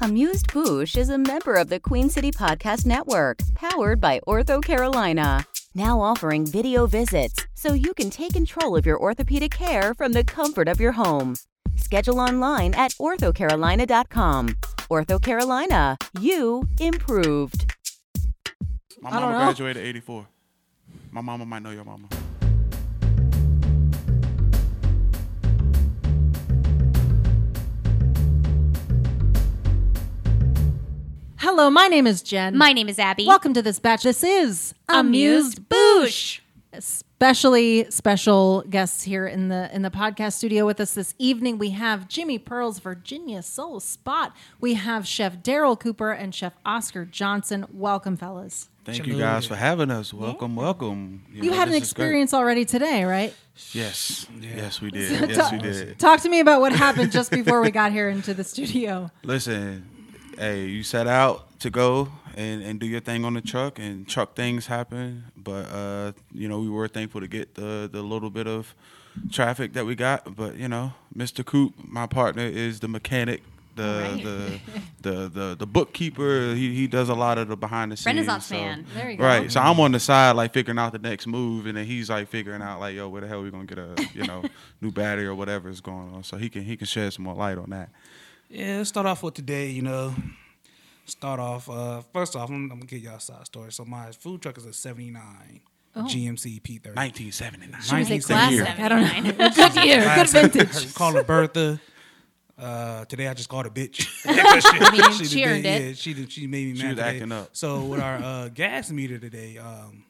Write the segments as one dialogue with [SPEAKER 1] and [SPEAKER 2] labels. [SPEAKER 1] Amused Boosh is a member of the Queen City Podcast Network, powered by Ortho Carolina. Now offering video visits so you can take control of your orthopedic care from the comfort of your home. Schedule online at orthocarolina.com. Ortho Carolina, you improved.
[SPEAKER 2] My
[SPEAKER 3] I don't
[SPEAKER 2] mama
[SPEAKER 3] know.
[SPEAKER 2] graduated '84. My mama might know your mama.
[SPEAKER 3] Hello, my name is Jen.
[SPEAKER 4] My name is Abby.
[SPEAKER 3] Welcome to this batch. This is Amused Boosh. Especially special guests here in the in the podcast studio with us this evening. We have Jimmy Pearl's Virginia Soul Spot. We have Chef Daryl Cooper and Chef Oscar Johnson. Welcome, fellas.
[SPEAKER 2] Thank you guys for having us. Welcome, welcome.
[SPEAKER 3] You
[SPEAKER 2] know,
[SPEAKER 3] had an
[SPEAKER 2] Oh, this is great.
[SPEAKER 3] experience already today, right?
[SPEAKER 2] Yes, yes, we did. Yes, we did.
[SPEAKER 3] Talk to me about what happened just before we got here into the studio.
[SPEAKER 2] Listen, hey, you set out to go and, and do your thing on the truck, and truck things happen. But uh, you know, we were thankful to get the the little bit of traffic that we got. But you know, Mr. Coop, my partner, is the mechanic. The, the the the the bookkeeper he, he does a lot of the behind the scenes
[SPEAKER 4] Renaissance
[SPEAKER 2] so-
[SPEAKER 4] man. There you go.
[SPEAKER 2] right so I'm on the side like figuring out the next move and then he's like figuring out like yo where the hell we gonna get a you know new battery or whatever is going on so he can he can shed some more light on that
[SPEAKER 5] Yeah, let's start off with today, you know. Start off, uh, first off, I'm, I'm gonna give y'all a side story. So, my food truck is a 79
[SPEAKER 4] Oh.
[SPEAKER 5] GMC P30.
[SPEAKER 2] 1979.
[SPEAKER 3] Is it
[SPEAKER 2] 1979.
[SPEAKER 3] classic? I don't know. good year, good vintage.
[SPEAKER 5] Call her Bertha. Uh, today I just called her bitch.
[SPEAKER 4] mean,
[SPEAKER 5] did-
[SPEAKER 4] she earned it.
[SPEAKER 5] Yeah, she did, she made me mad.
[SPEAKER 2] was
[SPEAKER 5] today.
[SPEAKER 2] acting up.
[SPEAKER 5] So with our uh, gas meter today, um,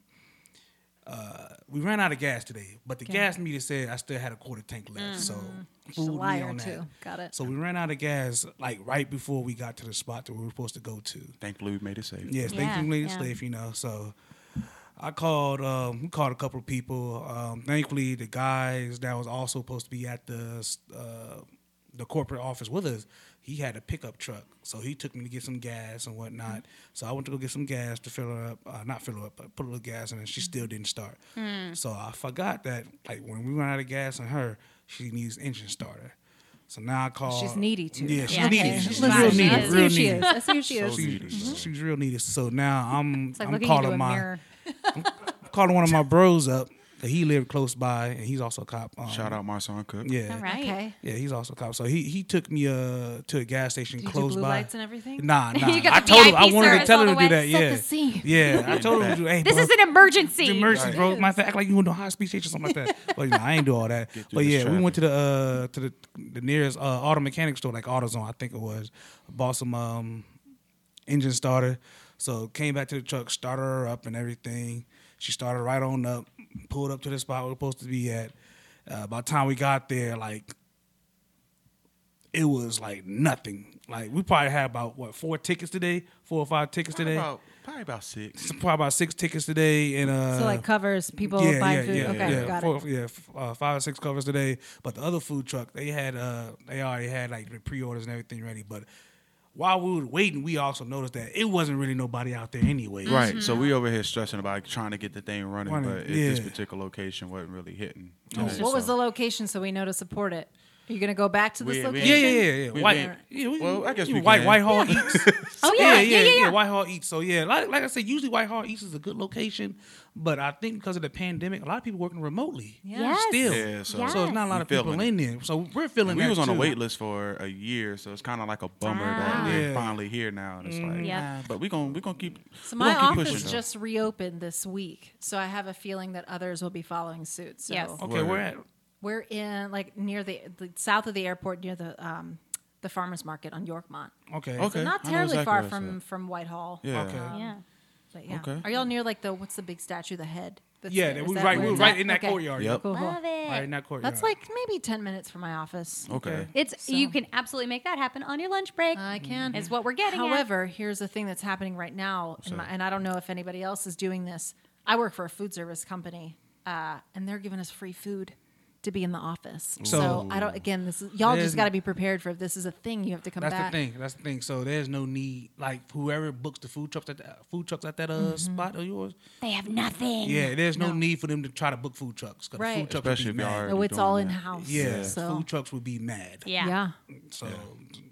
[SPEAKER 5] uh, we ran out of gas today, but the gas meter said I still had a quarter tank
[SPEAKER 4] Mm.
[SPEAKER 5] left. So fooled me
[SPEAKER 3] liar,
[SPEAKER 5] on that.
[SPEAKER 3] too. Got it.
[SPEAKER 5] So we ran out of gas like right before we got to the spot that we were supposed to go to.
[SPEAKER 2] Thankfully, we made it safe.
[SPEAKER 5] Yes,
[SPEAKER 4] Yeah,
[SPEAKER 5] thank you, Lady
[SPEAKER 4] yeah.
[SPEAKER 5] Slave. You know, so I called. Um, we called a couple of people. Um, thankfully, the guys that was also supposed to be at the uh, the corporate office with us, he had a pickup truck, so he took me to get some gas and whatnot. So I went to go get some gas to fill her up. Uh, not fill her up, but put a little gas in, and she still didn't start. So I forgot that, like when we run out of gas on her, she needs engine starter. So now I call.
[SPEAKER 3] She's needy, too.
[SPEAKER 5] Yeah, she's
[SPEAKER 4] Yeah,
[SPEAKER 5] needy.
[SPEAKER 4] okay.
[SPEAKER 5] She's
[SPEAKER 4] Listen,
[SPEAKER 5] real
[SPEAKER 4] she
[SPEAKER 5] needy.
[SPEAKER 4] is.
[SPEAKER 3] That's who
[SPEAKER 5] Real
[SPEAKER 3] she
[SPEAKER 5] needy.
[SPEAKER 3] is. That's who she
[SPEAKER 2] So
[SPEAKER 3] is.
[SPEAKER 2] needy, bro.
[SPEAKER 5] She's, she's real needy. So now I'm
[SPEAKER 3] It's like
[SPEAKER 5] I'm
[SPEAKER 3] looking
[SPEAKER 5] calling
[SPEAKER 3] into a
[SPEAKER 5] my
[SPEAKER 3] mirror.
[SPEAKER 5] I'm calling one of my bros up. 'cause He lived close by and he's also a cop. Um,
[SPEAKER 2] Shout out my son Cook.
[SPEAKER 5] Yeah.
[SPEAKER 4] All right.
[SPEAKER 3] Okay.
[SPEAKER 5] Yeah, he's also a cop. So he he took me uh to a gas station
[SPEAKER 3] you do
[SPEAKER 5] close
[SPEAKER 3] blue
[SPEAKER 5] by.
[SPEAKER 3] lights and everything?
[SPEAKER 5] Nah, nah.
[SPEAKER 4] You got
[SPEAKER 5] I
[SPEAKER 4] the
[SPEAKER 5] told him
[SPEAKER 4] VIP
[SPEAKER 5] I wanted to
[SPEAKER 4] service
[SPEAKER 5] tell her
[SPEAKER 4] all
[SPEAKER 5] to
[SPEAKER 4] the
[SPEAKER 5] do
[SPEAKER 4] way.
[SPEAKER 5] that.
[SPEAKER 4] Set the
[SPEAKER 5] Yeah.
[SPEAKER 4] scene.
[SPEAKER 5] Yeah, I told him to do. Hey,
[SPEAKER 4] This
[SPEAKER 5] bro,
[SPEAKER 4] is an emergency.
[SPEAKER 5] the emergency, bro. My fact, act like you gonna do hospital station or something like that. But you know, I ain't do all that.
[SPEAKER 2] through
[SPEAKER 5] But
[SPEAKER 2] this
[SPEAKER 5] yeah, we
[SPEAKER 2] traffic.
[SPEAKER 5] went to the uh to the the nearest uh, auto mechanic store, like AutoZone, I think it was. Bought some um engine starter. So came back to the truck, started her up and everything. She started right on up, pulled up to the spot we were supposed to be at. Uh, by the time we got there, like it was like nothing. Like we probably had about what four tickets today, four or five tickets
[SPEAKER 2] Probably
[SPEAKER 5] today.
[SPEAKER 2] about, probably about six.
[SPEAKER 5] probably about six tickets today, and uh,
[SPEAKER 3] So like covers people buying food. okay,
[SPEAKER 5] yeah.
[SPEAKER 3] got
[SPEAKER 5] Four,
[SPEAKER 3] it.
[SPEAKER 5] Yeah, f- uh, five or six covers today. But the other food truck, they had uh, they already had like the pre-orders and everything ready. But while we were waiting, we also noticed that it wasn't really nobody out there anyway.
[SPEAKER 2] Right. Mm-hmm. So we over here stressing about trying to get the thing running,
[SPEAKER 5] Running,
[SPEAKER 2] but it, this
[SPEAKER 5] yeah. Oh,
[SPEAKER 2] particular location wasn't really hitting.
[SPEAKER 3] What was the location so we know to support it? Are you going to go back to this
[SPEAKER 2] We- we-
[SPEAKER 3] location?
[SPEAKER 5] Yeah, yeah, yeah, yeah.
[SPEAKER 2] We
[SPEAKER 5] White,
[SPEAKER 2] went-
[SPEAKER 5] yeah, we,
[SPEAKER 2] well, I guess
[SPEAKER 5] you
[SPEAKER 2] we
[SPEAKER 5] White
[SPEAKER 2] can.
[SPEAKER 5] Whitehall Eats.
[SPEAKER 4] Oh, yeah, yeah, yeah, yeah.
[SPEAKER 5] Whitehall Eats. So yeah, like, like I said, usually Whitehall Eats is a good location, but I think because of the pandemic, a lot of people working remotely.
[SPEAKER 4] Yes.
[SPEAKER 5] Still,
[SPEAKER 2] Yeah, so-
[SPEAKER 5] so it's not a lot
[SPEAKER 2] We
[SPEAKER 5] of people
[SPEAKER 2] feeling
[SPEAKER 5] in there. So we're feeling.
[SPEAKER 2] We
[SPEAKER 5] that
[SPEAKER 2] was on
[SPEAKER 5] too. Ah.
[SPEAKER 2] a wait list for a year, so it's kind of like a bummer that
[SPEAKER 5] Yeah. Mm,
[SPEAKER 2] we're finally here now, and it's like,
[SPEAKER 4] Yeah.
[SPEAKER 2] But we gon' we gonna keep.
[SPEAKER 3] So
[SPEAKER 2] we
[SPEAKER 3] my
[SPEAKER 2] gonna keep
[SPEAKER 3] office
[SPEAKER 2] pushing, though.
[SPEAKER 3] just reopened this week, so I have a feeling that others will be following suit. So
[SPEAKER 4] Yes.
[SPEAKER 5] Okay, we're at
[SPEAKER 3] we're in like near the, the south of the airport, near the um, the farmers market on Yorkmont.
[SPEAKER 5] okay.
[SPEAKER 2] Okay.
[SPEAKER 3] Not
[SPEAKER 2] I know
[SPEAKER 3] terribly
[SPEAKER 2] exactly
[SPEAKER 3] far
[SPEAKER 2] where it's
[SPEAKER 3] from
[SPEAKER 2] at.
[SPEAKER 3] from Whitehall.
[SPEAKER 2] Yeah.
[SPEAKER 5] Okay.
[SPEAKER 3] Um,
[SPEAKER 4] Yeah.
[SPEAKER 3] But yeah.
[SPEAKER 2] Okay.
[SPEAKER 3] Are y'all near like the what's the big statue, the head? That's
[SPEAKER 5] Yeah,
[SPEAKER 3] there?
[SPEAKER 5] that
[SPEAKER 3] Is
[SPEAKER 5] we
[SPEAKER 3] that
[SPEAKER 5] right,
[SPEAKER 3] where
[SPEAKER 5] we
[SPEAKER 3] it's
[SPEAKER 5] right
[SPEAKER 3] at?
[SPEAKER 5] in that
[SPEAKER 3] Okay.
[SPEAKER 5] courtyard.
[SPEAKER 2] Yep.
[SPEAKER 3] Cool, cool.
[SPEAKER 4] Love it.
[SPEAKER 5] Right in that courtyard.
[SPEAKER 3] That's like maybe ten minutes from my office.
[SPEAKER 2] Okay.
[SPEAKER 4] It's you can absolutely make that happen on your lunch break.
[SPEAKER 3] I can.
[SPEAKER 4] Mm-hmm. Is what we're getting. at.
[SPEAKER 3] However, here's the thing that's happening right now, in my, and I don't know if anybody else is doing this. I work for a food service company, uh, and they're giving us free food to be in the office. So,
[SPEAKER 5] So-
[SPEAKER 3] I don't. Again, this is, y'all
[SPEAKER 5] There's-
[SPEAKER 3] just got to be prepared for. If this is a thing, you have to come
[SPEAKER 5] That's
[SPEAKER 3] back.
[SPEAKER 5] the thing. That's the thing. So there's no need. Like whoever books the food trucks at the, food trucks at that uh,
[SPEAKER 3] Mm-hmm.
[SPEAKER 5] spot of yours.
[SPEAKER 4] they have nothing.
[SPEAKER 5] Yeah, there's no, need for them to try to book food trucks. 'cause the
[SPEAKER 3] Right.
[SPEAKER 5] Food trucks would
[SPEAKER 2] Especially
[SPEAKER 5] be
[SPEAKER 2] if y'all
[SPEAKER 5] mad.
[SPEAKER 2] already
[SPEAKER 3] Oh, it's
[SPEAKER 2] doing
[SPEAKER 3] all
[SPEAKER 2] that.
[SPEAKER 3] in house.
[SPEAKER 5] Yeah.
[SPEAKER 3] So
[SPEAKER 5] Food trucks would be mad.
[SPEAKER 4] Yeah.
[SPEAKER 3] yeah.
[SPEAKER 5] So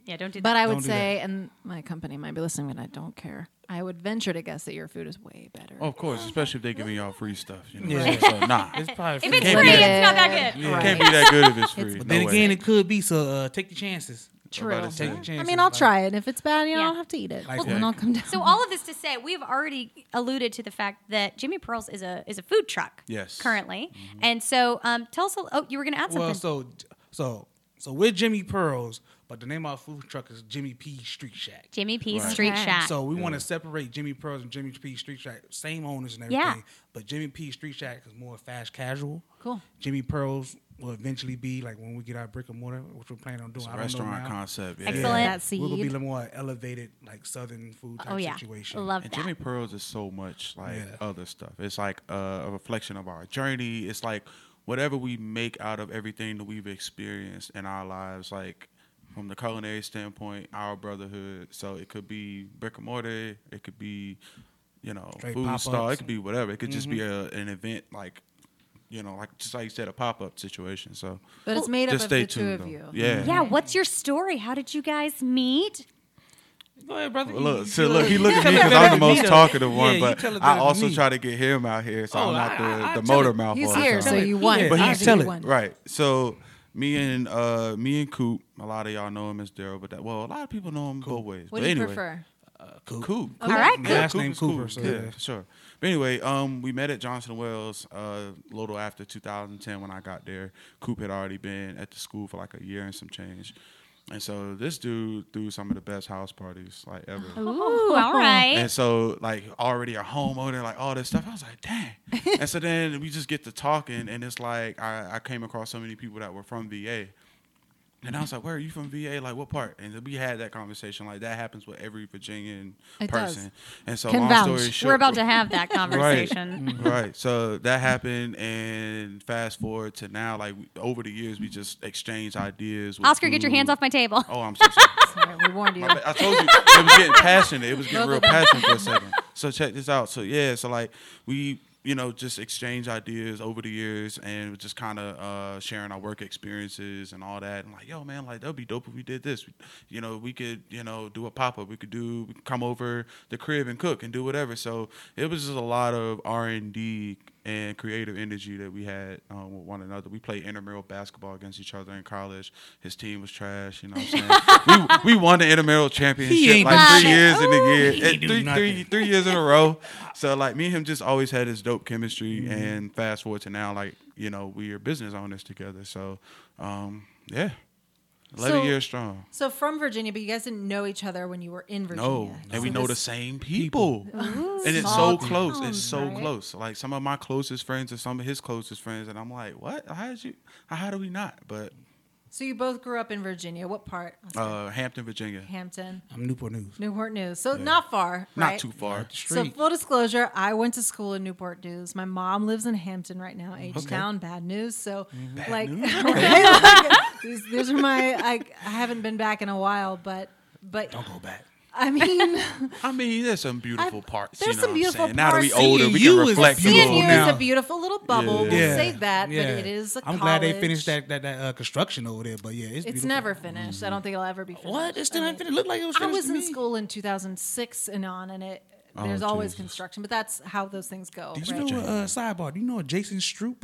[SPEAKER 4] Yeah, don't do that.
[SPEAKER 3] But I would
[SPEAKER 5] Don't do
[SPEAKER 3] say, and my company might be listening, but I don't care. I would venture to guess that your food is way better.
[SPEAKER 2] Oh,
[SPEAKER 5] Oh,
[SPEAKER 2] Of course, especially if they giving y'all free stuff. You know,
[SPEAKER 5] Yeah.
[SPEAKER 2] so nah,
[SPEAKER 5] It's probably
[SPEAKER 4] if
[SPEAKER 5] free.
[SPEAKER 4] it's
[SPEAKER 2] Can't
[SPEAKER 4] free,
[SPEAKER 2] be
[SPEAKER 4] it's not that good.
[SPEAKER 2] can't be that good if it's free.
[SPEAKER 5] But then
[SPEAKER 2] no way.
[SPEAKER 5] again, it could be. So uh, take the chances.
[SPEAKER 3] True.
[SPEAKER 2] about to say.
[SPEAKER 5] Take the
[SPEAKER 2] I
[SPEAKER 5] chances.
[SPEAKER 3] I mean, I'll
[SPEAKER 5] Like,
[SPEAKER 3] try it. And if it's bad, you know,
[SPEAKER 4] Yeah.
[SPEAKER 3] I'll have to eat it.
[SPEAKER 5] Like
[SPEAKER 3] Well,
[SPEAKER 5] that.
[SPEAKER 3] then I'll come down.
[SPEAKER 4] So all of this to say, we've already alluded to the fact that Jimmy Pearls is a is a food truck.
[SPEAKER 2] Yes.
[SPEAKER 4] Currently, and so um, tell us. A, oh, you were going to add something.
[SPEAKER 5] Well, so so so we're Jimmy Pearls, but the name of our food truck is Jimmy P Street Shack.
[SPEAKER 4] Jimmy P Street
[SPEAKER 3] Okay.
[SPEAKER 4] Shack.
[SPEAKER 5] So we want to separate Jimmy Pearls and Jimmy P Street Shack, same owners and
[SPEAKER 4] Yeah.
[SPEAKER 5] everything. But Jimmy P Street Shack is more fast casual.
[SPEAKER 3] Cool.
[SPEAKER 5] Jimmy Pearls will eventually be like when we get our brick and mortar, which we're planning on doing. I don't know
[SPEAKER 2] restaurant
[SPEAKER 5] now.
[SPEAKER 2] concept. Yeah.
[SPEAKER 4] Excellent.
[SPEAKER 3] That
[SPEAKER 5] We're gonna be
[SPEAKER 3] seed.
[SPEAKER 5] a little more elevated, like southern food type
[SPEAKER 4] oh yeah,
[SPEAKER 5] situation.
[SPEAKER 4] love
[SPEAKER 2] And
[SPEAKER 4] that.
[SPEAKER 2] Jimmy Pearls is so much like
[SPEAKER 5] Yeah.
[SPEAKER 2] other stuff. It's like uh, a reflection of our journey. It's like whatever we make out of everything that we've experienced in our lives, like from the culinary standpoint, our brotherhood. So it could be brick and mortar. It could be, you know,
[SPEAKER 5] Straight
[SPEAKER 2] food
[SPEAKER 5] pop-ups.
[SPEAKER 2] stall. It could be whatever. It could just be
[SPEAKER 3] Mm-hmm.
[SPEAKER 2] a, an event like, you know, like just like you said, a pop up situation. So
[SPEAKER 3] But it's made up
[SPEAKER 2] just
[SPEAKER 3] of
[SPEAKER 2] stay
[SPEAKER 3] the two
[SPEAKER 2] tuned.
[SPEAKER 3] of
[SPEAKER 2] though.
[SPEAKER 3] you.
[SPEAKER 2] Yeah.
[SPEAKER 4] yeah, what's your story? How did you guys meet?
[SPEAKER 5] Go ahead, brother.
[SPEAKER 2] Well,
[SPEAKER 5] You-
[SPEAKER 2] Look,
[SPEAKER 5] you
[SPEAKER 2] see,
[SPEAKER 5] feel
[SPEAKER 2] look,
[SPEAKER 5] it.
[SPEAKER 2] he looked at
[SPEAKER 5] Tell
[SPEAKER 2] me
[SPEAKER 5] it
[SPEAKER 2] because I'm
[SPEAKER 5] better
[SPEAKER 2] the
[SPEAKER 5] than me,
[SPEAKER 2] most
[SPEAKER 5] though.
[SPEAKER 2] talkative
[SPEAKER 5] Yeah,
[SPEAKER 2] one,
[SPEAKER 5] you
[SPEAKER 2] but
[SPEAKER 5] tell it
[SPEAKER 2] I
[SPEAKER 5] better than
[SPEAKER 2] also
[SPEAKER 5] me.
[SPEAKER 2] try to get him out here, so
[SPEAKER 5] Oh,
[SPEAKER 2] I'm not
[SPEAKER 5] I- I-
[SPEAKER 2] the,
[SPEAKER 5] I
[SPEAKER 2] the
[SPEAKER 5] tell
[SPEAKER 2] motor
[SPEAKER 5] it.
[SPEAKER 2] mouth.
[SPEAKER 3] He's
[SPEAKER 2] all the
[SPEAKER 3] here,
[SPEAKER 2] time.
[SPEAKER 3] so you
[SPEAKER 5] Yeah,
[SPEAKER 3] won.
[SPEAKER 5] but
[SPEAKER 3] Obviously
[SPEAKER 5] he's telling.
[SPEAKER 3] won.
[SPEAKER 2] Right. So me and uh me and Coop, a lot of y'all know him as Daryl, but that well, a lot of people know him both ways.
[SPEAKER 3] What
[SPEAKER 2] but
[SPEAKER 3] do you
[SPEAKER 2] anyway,
[SPEAKER 3] prefer?
[SPEAKER 5] Cool.
[SPEAKER 2] Coop.
[SPEAKER 4] All right,
[SPEAKER 5] My
[SPEAKER 4] cool.
[SPEAKER 5] last
[SPEAKER 2] Coop
[SPEAKER 5] name
[SPEAKER 2] is cool.
[SPEAKER 5] Cooper. So
[SPEAKER 2] yeah,
[SPEAKER 5] yeah.
[SPEAKER 2] for sure. But anyway, um, we met at Johnson Wells uh, a little after 2010 when I got there. Coop had already been at the school for like a year and some change, and so this dude threw some of the best house parties like ever.
[SPEAKER 4] Ooh, all right.
[SPEAKER 2] And so, like, already a homeowner, like all this stuff. I was like, dang. and so then we just get to talking, and it's like I, I came across so many people that were from VA. And I was like, where are you from VA? Like, what part? And then we had that conversation. Like, that happens with every Virginian
[SPEAKER 3] It does.
[SPEAKER 2] person. And so,
[SPEAKER 3] Can
[SPEAKER 2] long
[SPEAKER 3] vouch.
[SPEAKER 2] story short,
[SPEAKER 4] We're about to have that conversation.
[SPEAKER 2] Right. right. So that happened, and fast forward to now, like, we- over the years, we just exchanged ideas. With
[SPEAKER 4] Oscar, get your
[SPEAKER 2] food.
[SPEAKER 4] hands off my table.
[SPEAKER 2] Mm. Oh, I'm so sorry.
[SPEAKER 3] Sorry, we warned you.
[SPEAKER 2] My bad. I told you it was getting passionate. It was getting real passionate for a second. So check this out. So yeah, so like we, you know, just exchange ideas over the years and just kind of uh, sharing our work experiences and all that. And like, yo, man, like that'd be dope if we did this. You know, we could, you know, do a pop up. We could do we could come over the crib and cook and do whatever. So it was just a lot of R and D and creative energy that we had um, with one another. We played intramural basketball against each other in college. His team was trash, you know what I'm saying? we, we won the intramural championship
[SPEAKER 5] ain't
[SPEAKER 2] like
[SPEAKER 5] do
[SPEAKER 2] three
[SPEAKER 5] shit.
[SPEAKER 2] years in a
[SPEAKER 5] He
[SPEAKER 2] year. and
[SPEAKER 5] ain't do
[SPEAKER 2] Three, three,
[SPEAKER 5] nothing.
[SPEAKER 2] three years in a row. So like me and him just always had this dope chemistry
[SPEAKER 5] Mm-hmm.
[SPEAKER 2] and fast forward to now like, you know, we are business owners together. So um, yeah. Eleven
[SPEAKER 3] So-
[SPEAKER 2] years strong.
[SPEAKER 3] So from Virginia, but you guys didn't know each other when you were in Virginia. Uh-huh.
[SPEAKER 2] No, and we
[SPEAKER 3] So
[SPEAKER 2] know the
[SPEAKER 3] this-
[SPEAKER 2] same people, and it's
[SPEAKER 3] Small
[SPEAKER 2] so close. It's so
[SPEAKER 3] towns, right?
[SPEAKER 2] close. Like some of my closest friends are some of his closest friends, and I'm like, what? How did you? How do we not? But
[SPEAKER 3] So you both grew up in Virginia. What part?
[SPEAKER 2] uh, Hampton, Virginia,
[SPEAKER 3] Hampton,
[SPEAKER 5] I'm Newport News.
[SPEAKER 3] Newport News. So not far.
[SPEAKER 2] not
[SPEAKER 3] right?
[SPEAKER 2] too far.
[SPEAKER 3] So full disclosure, I went to school in Newport News. My mom lives in Hampton right now, H Town, bad news. So like, right? Like, these, these are my I, I haven't been back in a while, but but
[SPEAKER 5] Don't go back.
[SPEAKER 3] I mean
[SPEAKER 2] I mean, there's some beautiful parts. you
[SPEAKER 3] there's
[SPEAKER 2] know
[SPEAKER 3] some
[SPEAKER 2] what
[SPEAKER 3] beautiful
[SPEAKER 2] I'm saying? Now that we
[SPEAKER 3] parts.
[SPEAKER 2] older, we
[SPEAKER 5] CNU
[SPEAKER 2] can
[SPEAKER 5] is
[SPEAKER 2] reflect.
[SPEAKER 5] beautiful
[SPEAKER 2] more
[SPEAKER 3] CNU is
[SPEAKER 5] now.
[SPEAKER 3] a beautiful little bubble.
[SPEAKER 2] Yeah.
[SPEAKER 3] We'll say that,
[SPEAKER 5] yeah.
[SPEAKER 3] but it is a
[SPEAKER 5] I'm glad they
[SPEAKER 3] college.
[SPEAKER 5] finished that that, that uh, construction over there, but yeah, it's,
[SPEAKER 3] It's
[SPEAKER 5] beautiful.
[SPEAKER 3] never finished. I don't think it'll ever be finished.
[SPEAKER 5] What? It's still
[SPEAKER 3] I mean,
[SPEAKER 5] not finished. Look like it was
[SPEAKER 3] I
[SPEAKER 5] finished.
[SPEAKER 3] was
[SPEAKER 5] to
[SPEAKER 3] in
[SPEAKER 5] me. Oh,
[SPEAKER 3] school in 2006 and on, and it there's always
[SPEAKER 2] Jesus.
[SPEAKER 3] construction, but that's how those things go.
[SPEAKER 5] Did you
[SPEAKER 3] Right?
[SPEAKER 5] know a uh, sidebar? Do you know a Jason Stroop?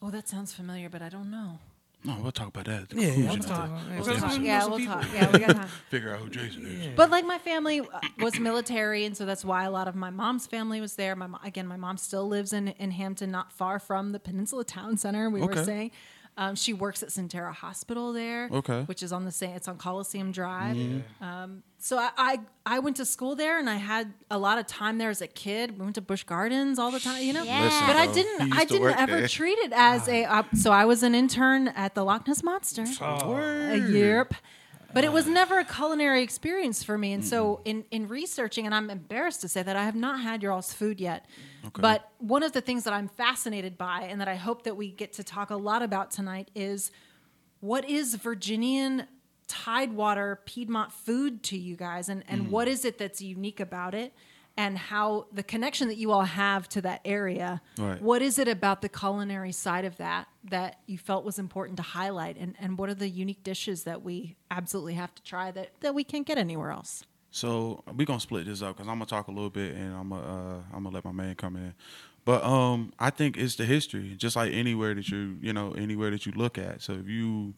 [SPEAKER 3] Oh, that sounds familiar, but I don't know.
[SPEAKER 2] No, Oh, we'll talk about that. at the
[SPEAKER 5] Yeah,
[SPEAKER 2] conclusion
[SPEAKER 5] we'll
[SPEAKER 2] of
[SPEAKER 5] talk.
[SPEAKER 2] the-
[SPEAKER 5] Yeah,
[SPEAKER 2] of the
[SPEAKER 5] we'll talk.
[SPEAKER 2] episode.
[SPEAKER 5] know
[SPEAKER 3] Yeah,
[SPEAKER 5] some
[SPEAKER 3] we'll
[SPEAKER 5] people.
[SPEAKER 3] talk. Yeah, we got time.
[SPEAKER 2] Figure out who Jason is.
[SPEAKER 3] But like my family uh, was military, and so that's why a lot of my mom's family was there. My mo- again, my mom still lives in in Hampton, not far from the Peninsula Town Center. We were
[SPEAKER 2] Okay.
[SPEAKER 3] saying. Um, she works at Centera Hospital there,
[SPEAKER 2] Okay.
[SPEAKER 3] which is on the same. It's on Coliseum Drive. Um, so I, I I went to school there, and I had a lot of time there as a kid. We went to Bush Gardens all the time, you know.
[SPEAKER 4] Yeah. Listen,
[SPEAKER 3] but I
[SPEAKER 2] bro,
[SPEAKER 3] didn't
[SPEAKER 2] he
[SPEAKER 3] I
[SPEAKER 2] used to
[SPEAKER 3] didn't
[SPEAKER 2] work
[SPEAKER 3] ever
[SPEAKER 2] there.
[SPEAKER 3] treat it as a. Uh, so I was an intern at the Loch Ness Monster a Europe. But it was never a culinary experience for me. And so in, in researching, and I'm embarrassed to say that I have not had your all's food yet. But one of the things that I'm fascinated by and that I hope that we get to talk a lot about tonight is what is Virginian
[SPEAKER 2] Hmm.
[SPEAKER 3] Tidewater Piedmont food to you guys and, and what is it that's unique about it? and how the connection that you all have to that area.
[SPEAKER 2] Right.
[SPEAKER 3] What is it about the culinary side of that that you felt was important to highlight, and, and what are the unique dishes that we absolutely have to try that, that we can't get anywhere else?
[SPEAKER 2] So we gonna split this up because I'm gonna talk a little bit and I'm gonna uh, I'm gonna let my man come in. But um, I think it's the history, just like anywhere that you you know anywhere that you look at. So if you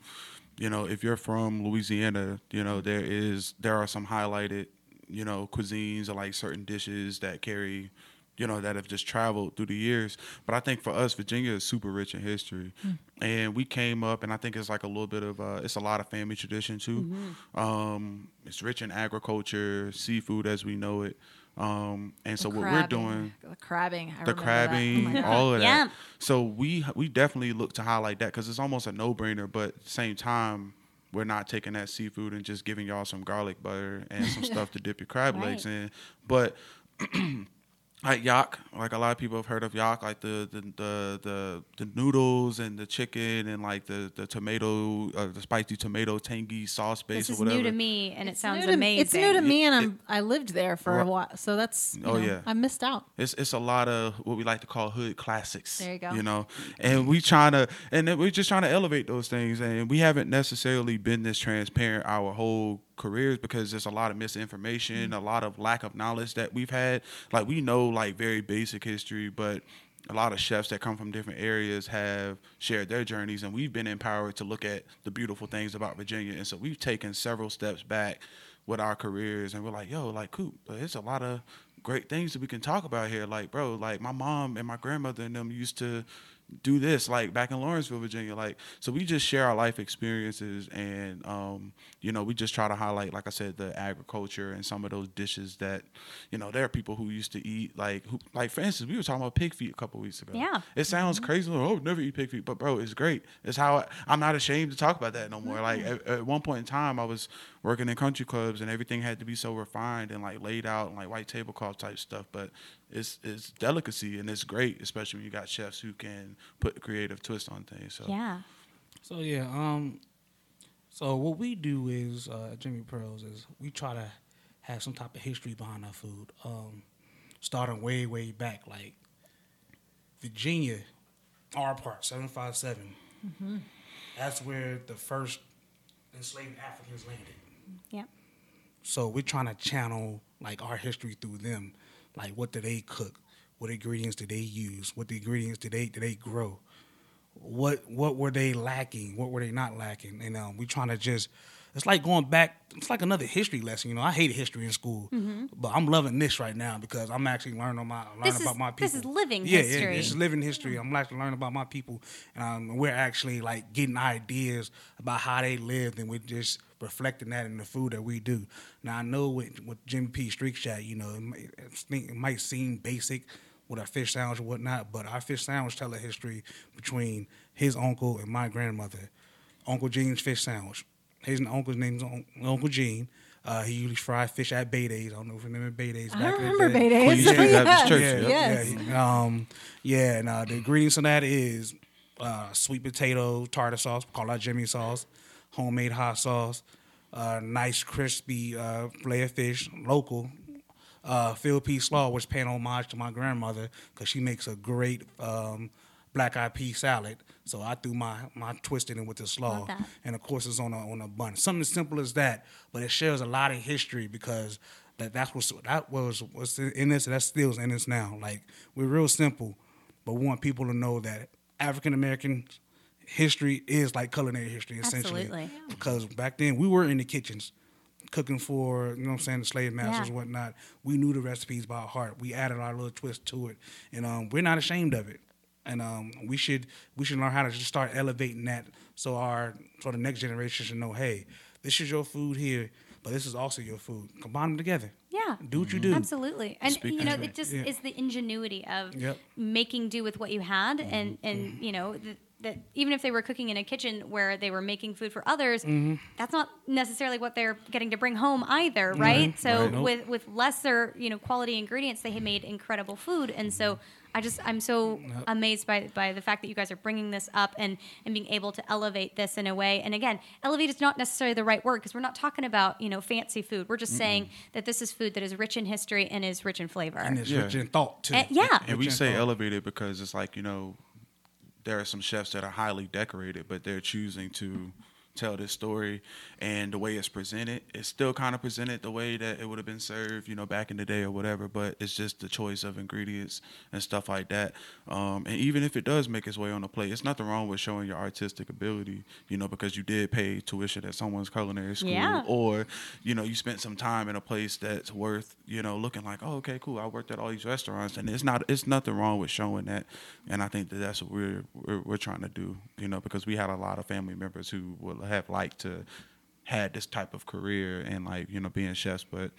[SPEAKER 2] you know if you're from Louisiana, you know there is there are some highlighted you know cuisines or like certain dishes that carry you know that have just traveled through the years. But I think for us, Virginia is super rich in history, and we came up, and I think it's like a little bit of uh, it's a lot of family tradition too. Um, it's rich in agriculture, seafood as we know it, um, and so what we're
[SPEAKER 3] Crabbing.
[SPEAKER 2] doing
[SPEAKER 3] the crabbing, I
[SPEAKER 2] the
[SPEAKER 3] remember that. Oh
[SPEAKER 2] crabbing, all of that.
[SPEAKER 4] Oh Yum.
[SPEAKER 2] So we we definitely look to highlight that because it's almost a no brainer. But at the same time, we're not taking that seafood and just giving y'all some garlic butter and some stuff to dip your crab legs
[SPEAKER 4] Right.
[SPEAKER 2] in. But like yak, like a lot of people have heard of yak, like the the the the, the noodles and the chicken and like the the tomato, uh, the spicy tomato tangy sauce base
[SPEAKER 4] This is
[SPEAKER 2] or whatever.
[SPEAKER 4] new to me, and it sounds
[SPEAKER 3] new to-
[SPEAKER 4] amazing.
[SPEAKER 3] It's new to me, and
[SPEAKER 2] It-
[SPEAKER 3] I'm, I lived there for
[SPEAKER 2] Right.
[SPEAKER 3] a while, so that's you
[SPEAKER 2] Oh,
[SPEAKER 3] know,
[SPEAKER 2] yeah.
[SPEAKER 3] I missed out.
[SPEAKER 2] It's it's a lot of what we like to call hood classics.
[SPEAKER 3] There you go.
[SPEAKER 2] You know, and we trying to and then we're just trying to elevate those things, and we haven't necessarily been this transparent our whole careers because there's a lot of
[SPEAKER 3] Mm.
[SPEAKER 2] misinformation, a lot of lack of knowledge that we've had. Like we know like very basic history, but a lot of chefs that come from different areas have shared their journeys and we've been empowered to look at the beautiful things about Virginia and so we've taken several steps back with our careers and we're like yo like coop it's a lot of great things that we can talk about here like bro like my mom and my grandmother and them used to do this like back in Lawrenceville Virginia like so we just share our life experiences and um you know we just try to highlight like I said the agriculture and some of those dishes that you know there are people who used to eat like who, like for instance we were talking about pig feet a couple weeks ago
[SPEAKER 4] Yeah.
[SPEAKER 2] it sounds crazy. Like, oh, never eat pig feet, but bro, it's great. It's how I, I'm not ashamed to talk about that no more. Like at, at one point in time, I was working in country clubs, and everything had to be so refined and like laid out and like white tablecloth type stuff. But it's it's delicacy and it's great, especially when you got chefs who can put the creative twist on things. So
[SPEAKER 4] Yeah.
[SPEAKER 5] So yeah, um, so what we do is uh, at Jimmy Pearls is we try to have some type of history behind our food, um, starting way way back, like Virginia, our part seven five seven. Mm-hmm. That's where the first enslaved Africans landed.
[SPEAKER 4] Yeah.
[SPEAKER 5] So we're trying to channel like our history through them. Like what do they cook? What ingredients do they use? What ingredients do they do they grow? What what were they lacking? What were they not lacking? And um, we're trying to just it's like going back. It's like another history lesson. You know, I hated history in school, but I'm loving this right now because I'm actually learning my learning
[SPEAKER 4] Mm-hmm. This is-
[SPEAKER 5] about my people.
[SPEAKER 4] this is living
[SPEAKER 5] yeah, Yeah,
[SPEAKER 4] history.
[SPEAKER 5] this is living history. I'm actually learning about my people, and um, we're actually like getting ideas about how they lived, and we're just reflecting that in the food that we do. Now I know with with Jim P Street Shot, you know, it might, it's think- it might seem basic with our fish sandwich and whatnot, but our fish sandwich tell a history between his uncle and my grandmother. Uncle Gene's fish sandwich. His uncle's name's Un- Uncle Gene. Uh, he usually fried fish at Bay Days. I don't know if you remember Bay Days. I
[SPEAKER 3] remember Bay Days.
[SPEAKER 2] Queen James Baptist Church.
[SPEAKER 5] Yeah,
[SPEAKER 2] yep.
[SPEAKER 3] Yes.
[SPEAKER 5] yeah. Um, yeah, and uh, the ingredients in that is uh, sweet potato tartar sauce, we call our Jimmy sauce, homemade hot sauce, uh, nice crispy uh, fillet fish, local. Uh, Phil P. Slaw was paying homage to my grandmother because she makes a great um, black eyed pea salad. So I threw my my twist in it with the slaw,
[SPEAKER 4] that.
[SPEAKER 5] and of course it's on a on a bun. Something as simple as that, but it shares a lot of history because that that's what's that was what's in this and that still is in this now. Like we're real simple, but we want people to know that African American history is like culinary history essentially.
[SPEAKER 4] Absolutely.
[SPEAKER 5] Because back then we were in the kitchens cooking for, you know what I'm saying, the slave masters
[SPEAKER 4] Yeah.
[SPEAKER 5] and whatnot. We knew the recipes by heart. We added our little twist to it. And um, we're not ashamed of it. And um, we should we should learn how to just start elevating that so our so the next generation should know, hey, this is your food here, but this is also your food. Combine them together.
[SPEAKER 4] Yeah.
[SPEAKER 5] Do what you
[SPEAKER 3] Mm-hmm.
[SPEAKER 5] do.
[SPEAKER 4] Absolutely. And
[SPEAKER 2] Speaking
[SPEAKER 4] you know,
[SPEAKER 2] to
[SPEAKER 4] it just
[SPEAKER 5] Yeah.
[SPEAKER 4] is the ingenuity of
[SPEAKER 5] Yep.
[SPEAKER 4] making do with what you had and and you know, th- that even if they were cooking in a kitchen where they were making food for others, that's not necessarily what they're getting to bring home either, right? So
[SPEAKER 5] Nope.
[SPEAKER 4] with with lesser, you know, quality ingredients, they had made incredible food. And so I just I'm so amazed by by the fact that you guys are bringing this up and and being able to elevate this in a way. And again, elevate is not necessarily the right word because we're not talking about you know fancy food. We're just saying that this is food that is rich in history and is rich in flavor.
[SPEAKER 5] and it's
[SPEAKER 2] Yeah.
[SPEAKER 5] rich in thought too.
[SPEAKER 4] Uh, yeah.
[SPEAKER 2] And we
[SPEAKER 5] Rich in
[SPEAKER 2] say
[SPEAKER 5] thought.
[SPEAKER 2] elevated because it's like, you know, there are some chefs that are highly decorated, but they're choosing to tell this story and the way it's presented, it's still kind of presented the way that it would have been served, you know, back in the day or whatever, but it's just the choice of ingredients and stuff like that. Um, and even if it does make its way on the plate, it's nothing wrong with showing your artistic ability, you know, because you did pay tuition at someone's culinary school
[SPEAKER 4] Yeah.
[SPEAKER 2] or you know you spent some time in a place that's worth you know looking like oh okay cool i worked at all these restaurants and it's not it's nothing wrong with showing that and i think that that's what we're we're, we're trying to do you know because we had a lot of family members who would have liked to had this type of career and like you know being chefs but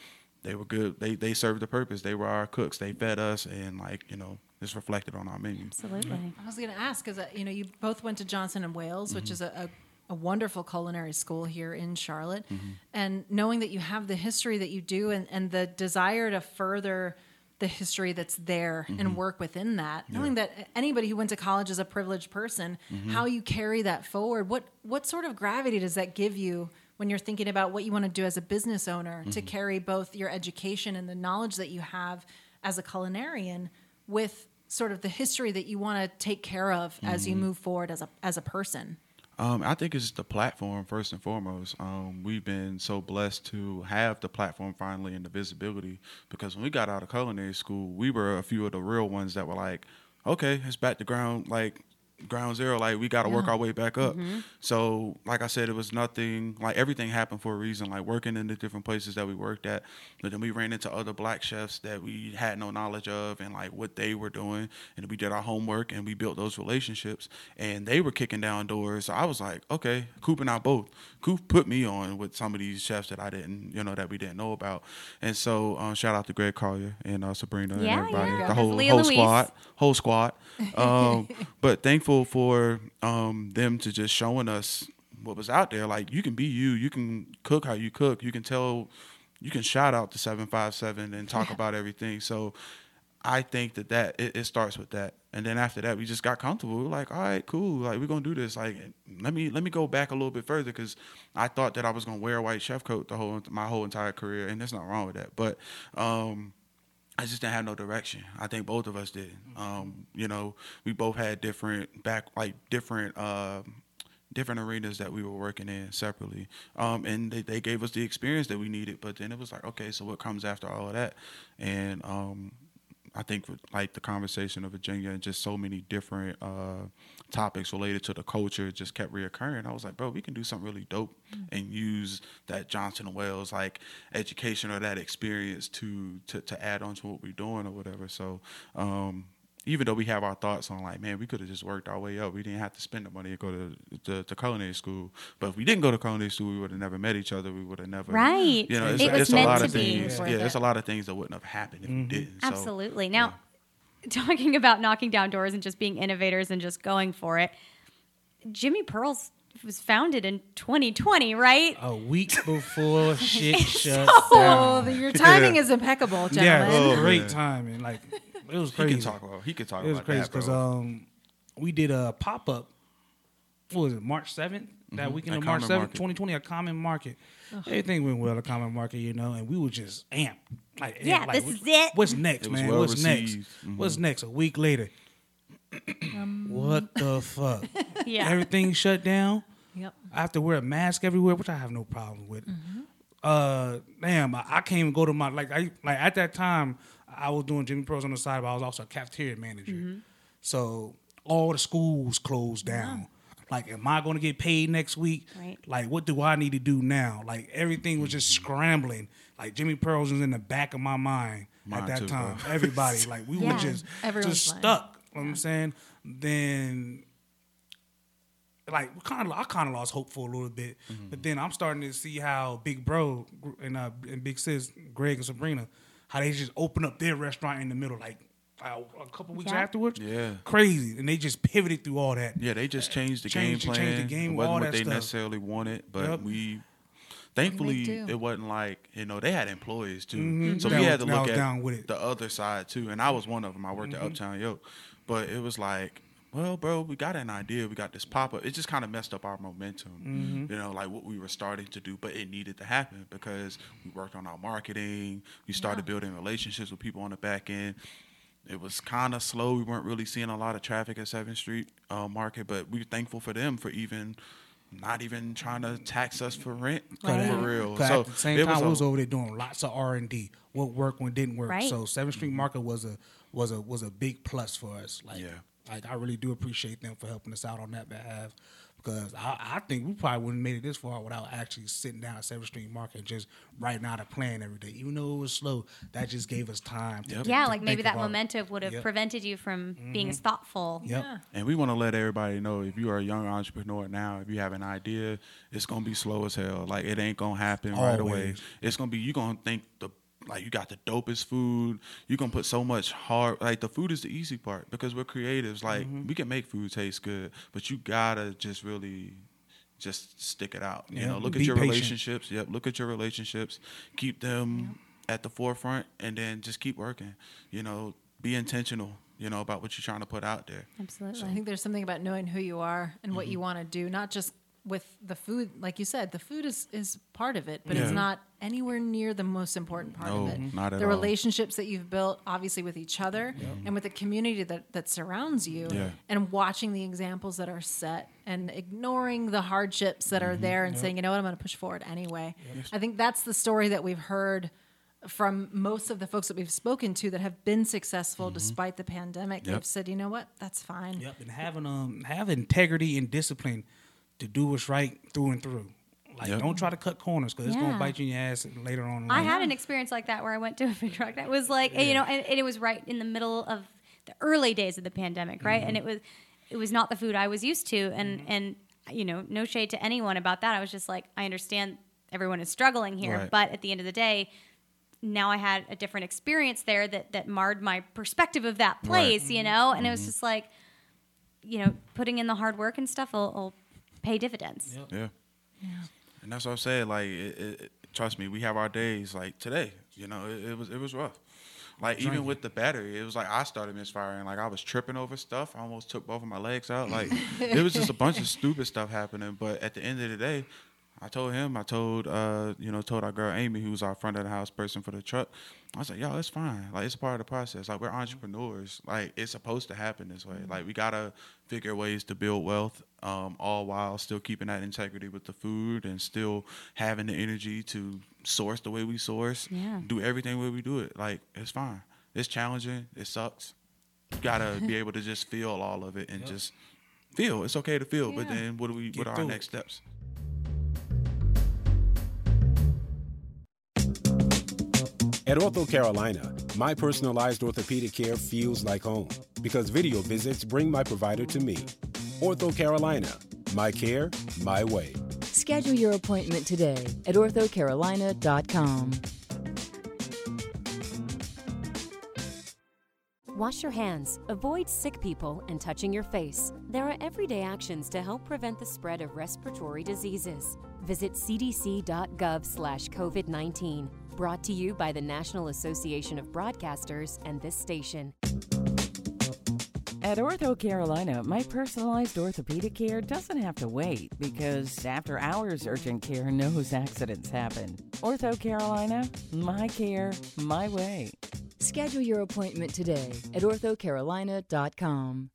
[SPEAKER 2] they were good they they served the purpose they were our cooks they fed us and like you know it's reflected on our menu
[SPEAKER 4] Absolutely.
[SPEAKER 3] I was going to ask because you know you both went to Johnson and Wales, which is a, a, a wonderful culinary school here in Charlotte, and knowing that you have the history that you do and, and the desire to further the history that's there and work within that, knowing that anybody who went to college is a privileged person, how you carry that forward, what what sort of gravity does that give you? When you're thinking about what you want to do as a business owner to carry both your education and the knowledge that you have as a culinarian with sort of the history that you want to take care of as you move forward as a as a person.
[SPEAKER 2] Um, I think it's just the platform first and foremost. Um, we've been so blessed to have the platform finally and the visibility because when we got out of culinary school, we were a few of the real ones that were like, okay, it's back to ground like ground zero. Like we got to work our way back up. So like I said, it was nothing. Like everything happened for a reason. Like working in the different places that we worked at, but then we ran into other black chefs that we had no knowledge of and like what they were doing, and we did our homework and we built those relationships. And they were kicking down doors. So I was like, okay, Coop and I both. Coop put me on with some of these chefs that I didn't, you know, that we didn't know about. And so um, shout out to Greg Collier and uh, Sabrina
[SPEAKER 4] Yeah,
[SPEAKER 2] and everybody,
[SPEAKER 4] yeah.
[SPEAKER 2] the whole
[SPEAKER 4] Leah
[SPEAKER 2] whole
[SPEAKER 4] Louise.
[SPEAKER 2] squad, whole squad. Um, but thankful for um, them to just showing us what was out there. Like you can be you, you can cook how you cook, you can tell, you can shout out the seven five seven and talk about everything. So I think that that it, it starts with that, and then after that we just got comfortable. We were like, all right, cool, like we're gonna do this. Like let me let me go back a little bit further because I thought that I was gonna wear a white chef coat the whole my whole entire career, and there's not wrong with that, but. um I just didn't have no direction. I think both of us did. Um, you know, we both had different back, like different, um different arenas that we were working in separately. Um, and they, they gave us the experience that we needed. But then it was like, okay, so what comes after all of that? And um, I think with, like the conversation of Virginia and just so many different uh, topics related to the culture just kept reoccurring. I was like, bro, we can do something really dope
[SPEAKER 4] Mm.
[SPEAKER 2] and use that Johnson and Wales like education or that experience to to, to add on to what we're doing or whatever. So um, even though we have our thoughts on like, man, we could have just worked our way up. We didn't have to spend the money to go to, to, to culinary school. But if we didn't go to culinary school, we would have never met each other. We would have never,
[SPEAKER 4] Right.
[SPEAKER 2] You know, it's,
[SPEAKER 4] It was
[SPEAKER 2] it's a
[SPEAKER 4] meant
[SPEAKER 2] lot
[SPEAKER 4] to
[SPEAKER 2] of
[SPEAKER 4] be. Mm-hmm.
[SPEAKER 2] things.
[SPEAKER 3] Worth
[SPEAKER 2] Yeah,
[SPEAKER 3] it.
[SPEAKER 2] it's a lot of things that wouldn't have happened if we didn't. So,
[SPEAKER 4] Absolutely. Now, talking about knocking down doors and just being innovators and just going for it, Jimmy Pearls was founded in 2020, right?
[SPEAKER 5] A week before shit shuts
[SPEAKER 3] Oh,
[SPEAKER 5] down.
[SPEAKER 3] the, your timing is impeccable,
[SPEAKER 5] Yeah,
[SPEAKER 3] gentlemen.
[SPEAKER 2] Oh,
[SPEAKER 5] great
[SPEAKER 2] man.
[SPEAKER 5] timing. Like it was
[SPEAKER 2] He
[SPEAKER 5] crazy.
[SPEAKER 2] can talk about. He can talk
[SPEAKER 5] It was
[SPEAKER 2] about
[SPEAKER 5] crazy
[SPEAKER 2] that, bro.
[SPEAKER 5] because um, we did a pop up. What was it? March 7th That weekend
[SPEAKER 2] At Mm-hmm.
[SPEAKER 5] of March
[SPEAKER 2] Common
[SPEAKER 5] seventh,
[SPEAKER 2] Market.
[SPEAKER 5] twenty twenty, at Common Market. Everything went well at Common Market, you know, and we were just amped. Like, amped,
[SPEAKER 4] Yeah,
[SPEAKER 5] like,
[SPEAKER 4] this
[SPEAKER 5] what-
[SPEAKER 4] is it.
[SPEAKER 5] What's next,
[SPEAKER 2] It was
[SPEAKER 5] man?
[SPEAKER 2] well
[SPEAKER 5] what's next?
[SPEAKER 2] received. Mm-hmm.
[SPEAKER 5] What's next? A week later. what the fuck?
[SPEAKER 4] Yeah.
[SPEAKER 5] Everything shut down.
[SPEAKER 3] Yep.
[SPEAKER 5] I have to wear a mask everywhere, which I have no problem with. Uh, damn, I, I can't even go to my like I like at that time I was doing Jimmy Pros on the side, but I was also a cafeteria manager. So all the schools closed down. Like, am I going to get paid next week?
[SPEAKER 4] Right.
[SPEAKER 5] Like, what do I need to do now? Like, everything was just scrambling. Like, Jimmy Pearls was in the back of my mind
[SPEAKER 2] Mine
[SPEAKER 5] at that
[SPEAKER 2] too, bro.
[SPEAKER 5] time. Everybody, like, we
[SPEAKER 3] Yeah,
[SPEAKER 5] were just,
[SPEAKER 3] everyone's
[SPEAKER 5] just
[SPEAKER 3] like-
[SPEAKER 5] stuck. You know what I'm saying? Then like kind of I kind of lost hope for a little bit, but then I'm starting to see how Big Bro and uh, and Big Sis Greg and Sabrina, how they just open up their restaurant in the middle, like uh, a couple weeks
[SPEAKER 4] Yeah.
[SPEAKER 5] afterwards.
[SPEAKER 2] Yeah.
[SPEAKER 5] crazy, and they just pivoted through all that.
[SPEAKER 2] Yeah, they just changed the
[SPEAKER 5] Changed-
[SPEAKER 2] game
[SPEAKER 5] changed
[SPEAKER 2] plan.
[SPEAKER 5] the game,
[SPEAKER 2] it wasn't
[SPEAKER 5] all
[SPEAKER 2] what
[SPEAKER 5] that
[SPEAKER 2] they
[SPEAKER 5] stuff.
[SPEAKER 2] necessarily wanted, but
[SPEAKER 5] Yep.
[SPEAKER 2] we Thankfully,
[SPEAKER 3] do.
[SPEAKER 2] it wasn't like you know they had employees too, so
[SPEAKER 5] Mm-hmm. That
[SPEAKER 2] we had to
[SPEAKER 5] was- that
[SPEAKER 2] look
[SPEAKER 5] was
[SPEAKER 2] at
[SPEAKER 5] down with it. Mm-hmm.
[SPEAKER 2] the other side too. And I was one of them. I worked at Uptown Yo, but it was like, well, bro, we got an idea. We got this pop up. It just kind of messed up our momentum,
[SPEAKER 5] Mm-hmm.
[SPEAKER 2] you know, like what we were starting to do. But it needed to happen because we worked on our marketing. We started building relationships with people on the back end. It was kind of slow. We weren't really seeing a lot of traffic at Seventh Street uh, Market, but we were thankful for them for even. Not even trying to tax us for rent, for real.
[SPEAKER 5] 'Cause
[SPEAKER 2] So
[SPEAKER 5] at the same
[SPEAKER 2] it
[SPEAKER 5] time,
[SPEAKER 2] was
[SPEAKER 5] we was
[SPEAKER 2] a-
[SPEAKER 5] over there doing lots of R and D. What worked, what didn't work.
[SPEAKER 4] Right.
[SPEAKER 5] So Seventh Street Market was a was a was a big plus for us. Like,
[SPEAKER 2] Yeah.
[SPEAKER 5] like I really do appreciate them for helping us out on that behalf. Because I, I think we probably wouldn't have made it this far without actually sitting down at Seventh Street Market and just writing out a plan every day. Even though it was slow, that just gave us time. To,
[SPEAKER 4] Yeah,
[SPEAKER 5] to
[SPEAKER 4] like maybe
[SPEAKER 5] think
[SPEAKER 4] that
[SPEAKER 5] about it.
[SPEAKER 4] momentum would have
[SPEAKER 5] Yep. Mm-hmm.
[SPEAKER 4] prevented you from being as thoughtful.
[SPEAKER 5] Yep.
[SPEAKER 2] And we want to let everybody know if you are a young entrepreneur now, if you have an idea, it's gonna be slow as hell. Like it ain't gonna happen right away.
[SPEAKER 5] Always.
[SPEAKER 2] It's gonna be you gonna think the like you got the dopest food. You gonna put so much hard like the food is the easy part because we're creatives. Like
[SPEAKER 5] Mm-hmm.
[SPEAKER 2] we can make food taste good, but you gotta just really just stick it out. You
[SPEAKER 5] Yeah,
[SPEAKER 2] know, look
[SPEAKER 5] be
[SPEAKER 2] at your
[SPEAKER 5] patient.
[SPEAKER 2] relationships. Yep, look at your relationships. Keep them at the forefront, and then just keep working. You know, be intentional. You know about what you're trying to put out there.
[SPEAKER 4] Absolutely.
[SPEAKER 3] I think there's something about knowing who you are and what
[SPEAKER 2] Mm-hmm.
[SPEAKER 3] you want to do, not just with the food. Like you said, the food is is part of it, but it's
[SPEAKER 2] Yeah.
[SPEAKER 3] not anywhere near the most important part
[SPEAKER 2] No,
[SPEAKER 3] of it.
[SPEAKER 2] not at
[SPEAKER 3] the
[SPEAKER 2] all.
[SPEAKER 3] relationships that you've built, obviously with each other and with the community that that surrounds you,
[SPEAKER 2] Yeah.
[SPEAKER 3] and watching the examples that are set and ignoring the hardships that
[SPEAKER 2] Mm-hmm.
[SPEAKER 3] are there and saying, you know what, I'm going to push forward anyway. I think that's the story that we've heard. From most of the folks that we've spoken to that have been successful despite the pandemic,
[SPEAKER 2] Mm-hmm. Yep.
[SPEAKER 3] they've said, you know what, that's fine.
[SPEAKER 5] Yep, and having um have integrity and discipline to do what's right through and through. Like,
[SPEAKER 2] Yep.
[SPEAKER 5] don't try to cut corners because it's
[SPEAKER 4] Yeah.
[SPEAKER 5] gonna bite you in your ass later on. in
[SPEAKER 4] I
[SPEAKER 5] life.
[SPEAKER 4] had an experience like that where I went to a food truck that was like, you know, and, and it was right in the middle of the early days of the pandemic, right? And it was, it was not the food I was used to, and and you know, no shade to anyone about that. I was just like, I understand everyone is struggling here,
[SPEAKER 2] Right.
[SPEAKER 4] but at the end of the day, now I had a different experience there that that marred my perspective of that place, you know, and it was just like, you know, putting in the hard work and stuff will, will pay dividends.
[SPEAKER 2] Yeah. And that's what I said. Like, it, it, it- trust me, we have our days. Like today, you know, it, it was it was rough. Like even with the battery, it was like I started misfiring. Like I was tripping over stuff. I almost took both of my legs out. Like it was just a bunch of stupid stuff happening. But at the end of the day, I told him. I told uh, you know, told our girl Amy, who was our front of the house person for the truck. I was like, yo, it's fine. Like it's part of the process. Like we're entrepreneurs. Like it's supposed to happen this way. Like we gotta figure ways to build wealth, um, all while still keeping that integrity with the food and still having the energy to source the way we source.
[SPEAKER 4] Yeah.
[SPEAKER 2] Do everything where we do it. Like it's fine. It's challenging. It sucks. You gotta be able to just feel all of it and just feel. It's okay to feel. But
[SPEAKER 3] Yeah.
[SPEAKER 2] then what do we?
[SPEAKER 5] Get
[SPEAKER 2] what are
[SPEAKER 5] through
[SPEAKER 2] our
[SPEAKER 5] it.
[SPEAKER 2] next steps?
[SPEAKER 6] At Ortho Carolina, my personalized orthopedic care feels like home because video visits bring my provider to me. Ortho Carolina, my care, my way.
[SPEAKER 1] Schedule your appointment today at orthocarolina.com.
[SPEAKER 7] Wash your hands, avoid sick people, and touching your face. There are everyday actions to help prevent the spread of respiratory diseases. Visit cdc.gov slash COVID-19. Brought to you by the National Association of Broadcasters and this station.
[SPEAKER 8] At Ortho Carolina, my personalized orthopedic care doesn't have to wait because after hours urgent care knows accidents happen. Ortho Carolina, my care, my way.
[SPEAKER 1] Schedule your appointment today at orthocarolina.com.